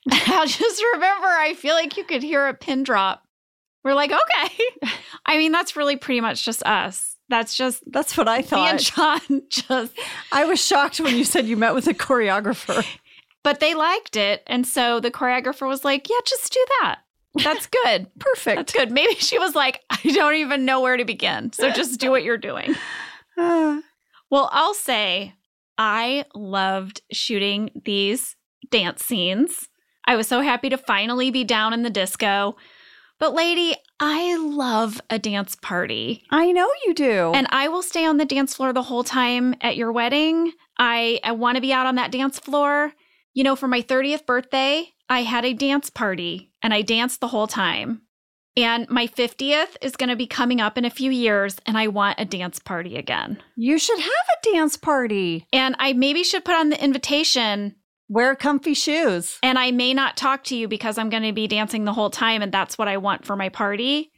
Speaker 2: And I just remember, I feel like you could hear a pin drop. We're like, okay. I mean, that's really pretty much just us. That's just
Speaker 7: That's what I
Speaker 2: me
Speaker 7: thought.
Speaker 2: and John just,
Speaker 7: I was shocked when you said you met with a choreographer.
Speaker 2: but they liked it. And so the choreographer was like, yeah, just do that. That's good.
Speaker 7: Perfect.
Speaker 2: That's good. Maybe she was like, I don't even know where to begin. So just do what you're doing.
Speaker 7: Uh,
Speaker 2: Well, I'll say I loved shooting these dance scenes. I was so happy to finally be down in the disco. But, lady, I love a dance party.
Speaker 7: I know you do.
Speaker 2: And I will stay on the dance floor the whole time at your wedding. I, I want to be out on that dance floor. You know, for my 30th birthday, I had a dance party and I danced the whole time. And my 50th is going to be coming up in a few years, and I want a dance party again.
Speaker 7: you should have a dance party.
Speaker 2: And I maybe should put on the invitation.
Speaker 7: Wear comfy shoes.
Speaker 2: And I may not talk to you because I'm going to be dancing the whole time. And that's what I want for my party.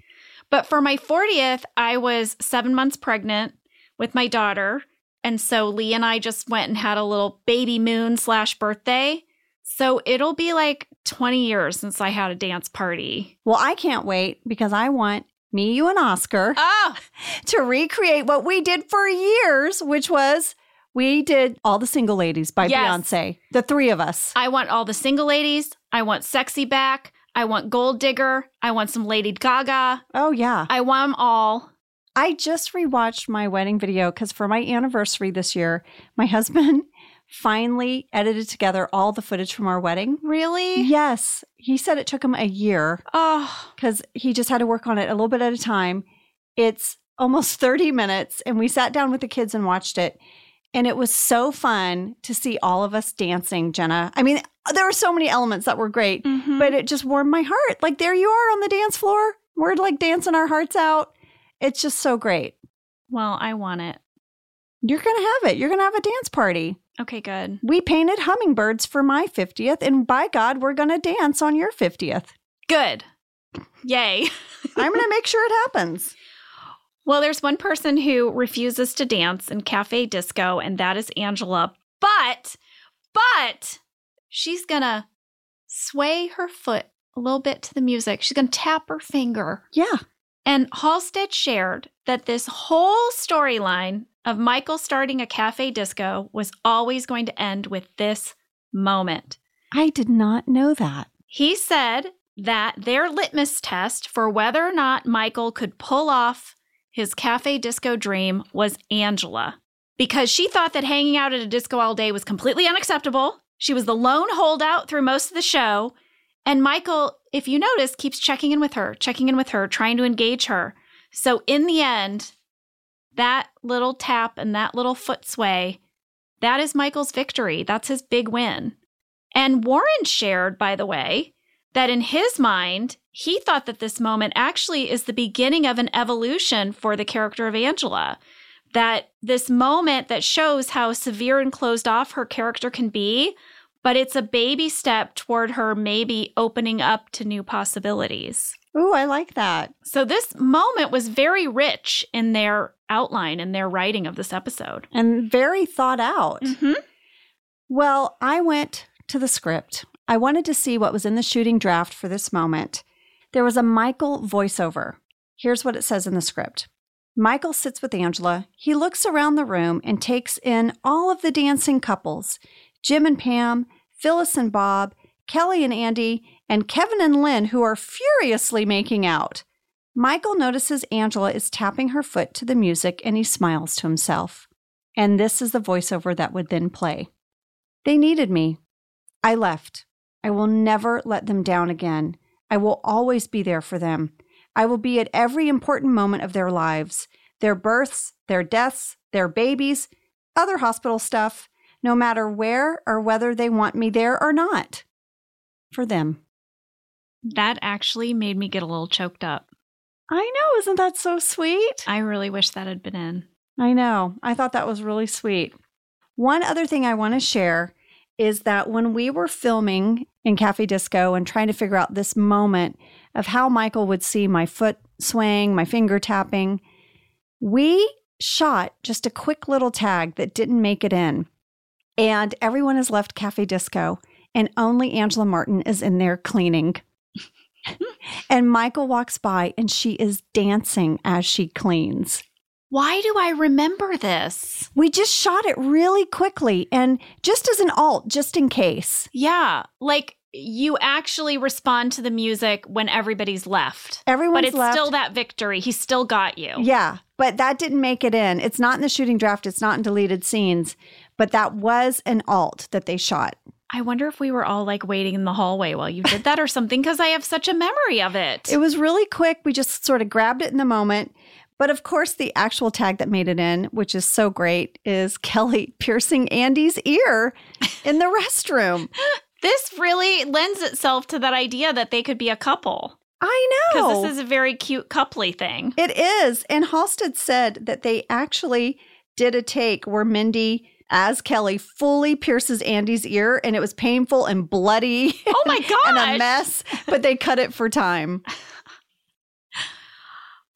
Speaker 2: But for my 40th, I was seven months pregnant with my daughter. And so Lee and I just went and had a little baby moon slash birthday. So it'll be like 20 years since I had a dance party.
Speaker 7: Well, I can't wait because I want me, you, and Oscar
Speaker 2: Oh,
Speaker 7: to recreate what we did for years, which was we did All the Single Ladies by
Speaker 2: Yes.
Speaker 7: Beyonce, the three of us.
Speaker 2: I want all the single ladies. I want sexy back. I want gold digger. I want some Lady Gaga.
Speaker 7: Oh, yeah.
Speaker 2: I want them all.
Speaker 7: I just rewatched my wedding video because for my anniversary this year, my husband finally edited together all the footage from our wedding.
Speaker 2: Really?
Speaker 7: Yes. He said it took him a year
Speaker 2: Oh,
Speaker 7: because he just had to work on it a little bit at a time. It's almost 30 minutes, and we sat down with the kids and watched it. And it was so fun to see all of us dancing, Jenna. I mean, there were so many elements that were great, but it just warmed my heart. Like, there you are on the dance floor. We're like dancing our hearts out. It's just so great.
Speaker 2: well, I want it.
Speaker 7: You're going to have it. You're going to have a dance party.
Speaker 2: Okay, good.
Speaker 7: We painted hummingbirds for my 50th, and by God, we're going to dance on your 50th.
Speaker 2: Good. Yay.
Speaker 7: I'm going to make sure it happens.
Speaker 2: Well, there's one person who refuses to dance in cafe disco, and that is Angela. But, but she's gonna sway her foot a little bit to the music. She's gonna tap her finger.
Speaker 7: Yeah.
Speaker 2: And Halstead shared that this whole storyline of Michael starting a cafe disco was always going to end with this moment.
Speaker 7: I did not know that.
Speaker 2: He said that their litmus test for whether or not Michael could pull off his cafe disco dream was Angela, because she thought that hanging out at a disco all day was completely unacceptable. She was the lone holdout through most of the show. And Michael, if you notice, keeps checking in with her, checking in with her, trying to engage her. So in the end, that little tap and that little foot sway, that is Michael's victory. That's his big win. And Warren shared, by the way, that in his mind, he thought that this moment actually is the beginning of an evolution for the character of Angela. That this moment that shows how severe and closed off her character can be, but it's a baby step toward her maybe opening up to new possibilities.
Speaker 7: Ooh, I like that.
Speaker 2: So, this moment was very rich in their outline and their writing of this episode.
Speaker 7: And very thought out.
Speaker 2: Mm-hmm.
Speaker 7: Well, I went to the script. I wanted to see what was in the shooting draft for this moment. There was a Michael voiceover. Here's what it says in the script Michael sits with Angela. He looks around the room and takes in all of the dancing couples Jim and Pam, Phyllis and Bob, Kelly and Andy, and Kevin and Lynn, who are furiously making out. Michael notices Angela is tapping her foot to the music and he smiles to himself. And this is the voiceover that would then play. They needed me. I left. I will never let them down again. I will always be there for them. I will be at every important moment of their lives their births, their deaths, their babies, other hospital stuff, no matter where or whether they want me there or not. For them.
Speaker 2: That actually made me get a little choked up.
Speaker 7: I know. Isn't that so sweet?
Speaker 2: I really wish that had been in.
Speaker 7: I know. I thought that was really sweet. One other thing I want to share is that when we were filming in Cafe Disco and trying to figure out this moment of how Michael would see my foot swaying, my finger tapping, we shot just a quick little tag that didn't make it in. And everyone has left Cafe Disco, and only Angela Martin is in there cleaning. and Michael walks by and she is dancing as she cleans.
Speaker 2: Why do I remember this?
Speaker 7: We just shot it really quickly and just as an alt, just in case.
Speaker 2: Yeah, like you actually respond to the music when everybody's left.
Speaker 7: Everyone's
Speaker 2: but it's
Speaker 7: left.
Speaker 2: still that victory. He still got you.
Speaker 7: Yeah, but that didn't make it in. It's not in the shooting draft, it's not in deleted scenes, but that was an alt that they shot.
Speaker 2: I wonder if we were all like waiting in the hallway while you did that or something because I have such a memory of it.
Speaker 7: It was really quick. We just sort of grabbed it in the moment. But of course, the actual tag that made it in, which is so great, is Kelly piercing Andy's ear in the restroom.
Speaker 2: this really lends itself to that idea that they could be a couple
Speaker 7: I know.
Speaker 2: because this is a very cute couply thing.
Speaker 7: It is. And Halstead said that they actually did a take where Mindy, as Kelly, fully pierces Andy's ear and it was painful and bloody
Speaker 2: Oh my
Speaker 7: and
Speaker 2: gosh.
Speaker 7: a mess, but they cut it for time.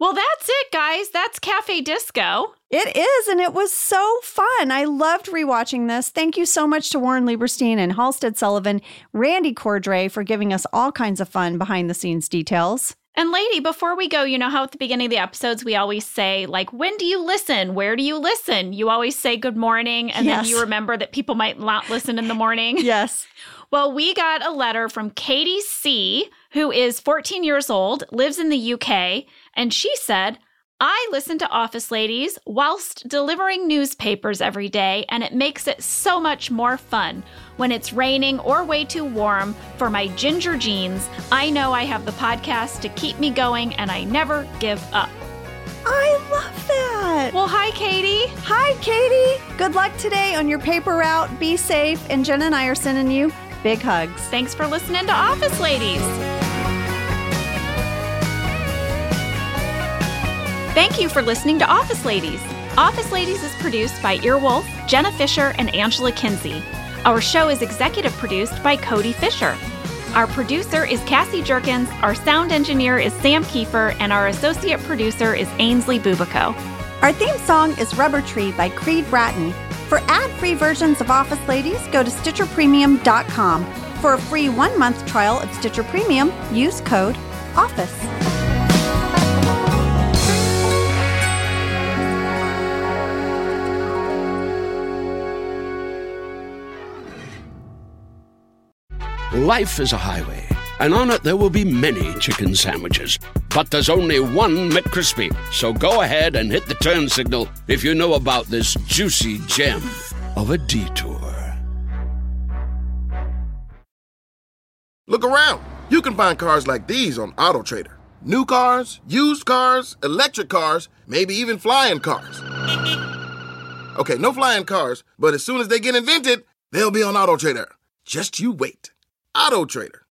Speaker 2: Well, that's it, guys. That's Cafe Disco.
Speaker 7: It is, and it was so fun. I loved rewatching this. Thank you so much to Warren Lieberstein and Halstead Sullivan, Randy Cordray for giving us all kinds of fun behind the scenes details.
Speaker 2: And, lady, before we go, you know how at the beginning of the episodes we always say, like, when do you listen? Where do you listen? You always say good morning, and
Speaker 7: Yes.
Speaker 2: then you remember that people might not listen in the morning.
Speaker 7: Yes.
Speaker 2: Well, we got a letter from Katie C., who is 14 years old, lives in the UK, and she said, I listen to Office Ladies whilst delivering newspapers every day, and it makes it so much more fun. When it's raining or way too warm for my ginger jeans, I know I have the podcast to keep me going, and I never give up.
Speaker 7: I love that.
Speaker 2: Well, hi, Katie.
Speaker 7: Hi, Katie. Good luck today on your paper route. Be safe. And Jen and I are sending you big hugs.
Speaker 2: Thanks for listening to Office Ladies. Thank you for listening to Office Ladies. Office Ladies is produced by Earwolf, Jenna Fisher, and Angela Kinsey. Our show is executive produced by Cody Fisher. Our producer is Cassie Jerkins, our sound engineer is Sam Kiefer, and our associate producer is Ainsley Bubico.
Speaker 1: Our theme song is Rubber Tree by Creed Ratton. For ad free versions of Office Ladies, go to StitcherPremium.com. For a free one month trial of Stitcher Premium, use code OFFICE.
Speaker 8: Life is a highway, and on it there will be many chicken sandwiches. But there's only one McCrispy. So go ahead and hit the turn signal if you know about this juicy gem of a detour.
Speaker 7: Look around. You can find cars like these on AutoTrader. New cars, used cars, electric cars, maybe even flying cars. Okay, no flying cars, but as soon as they get invented, they'll be on AutoTrader. Just you wait. AutoTrader.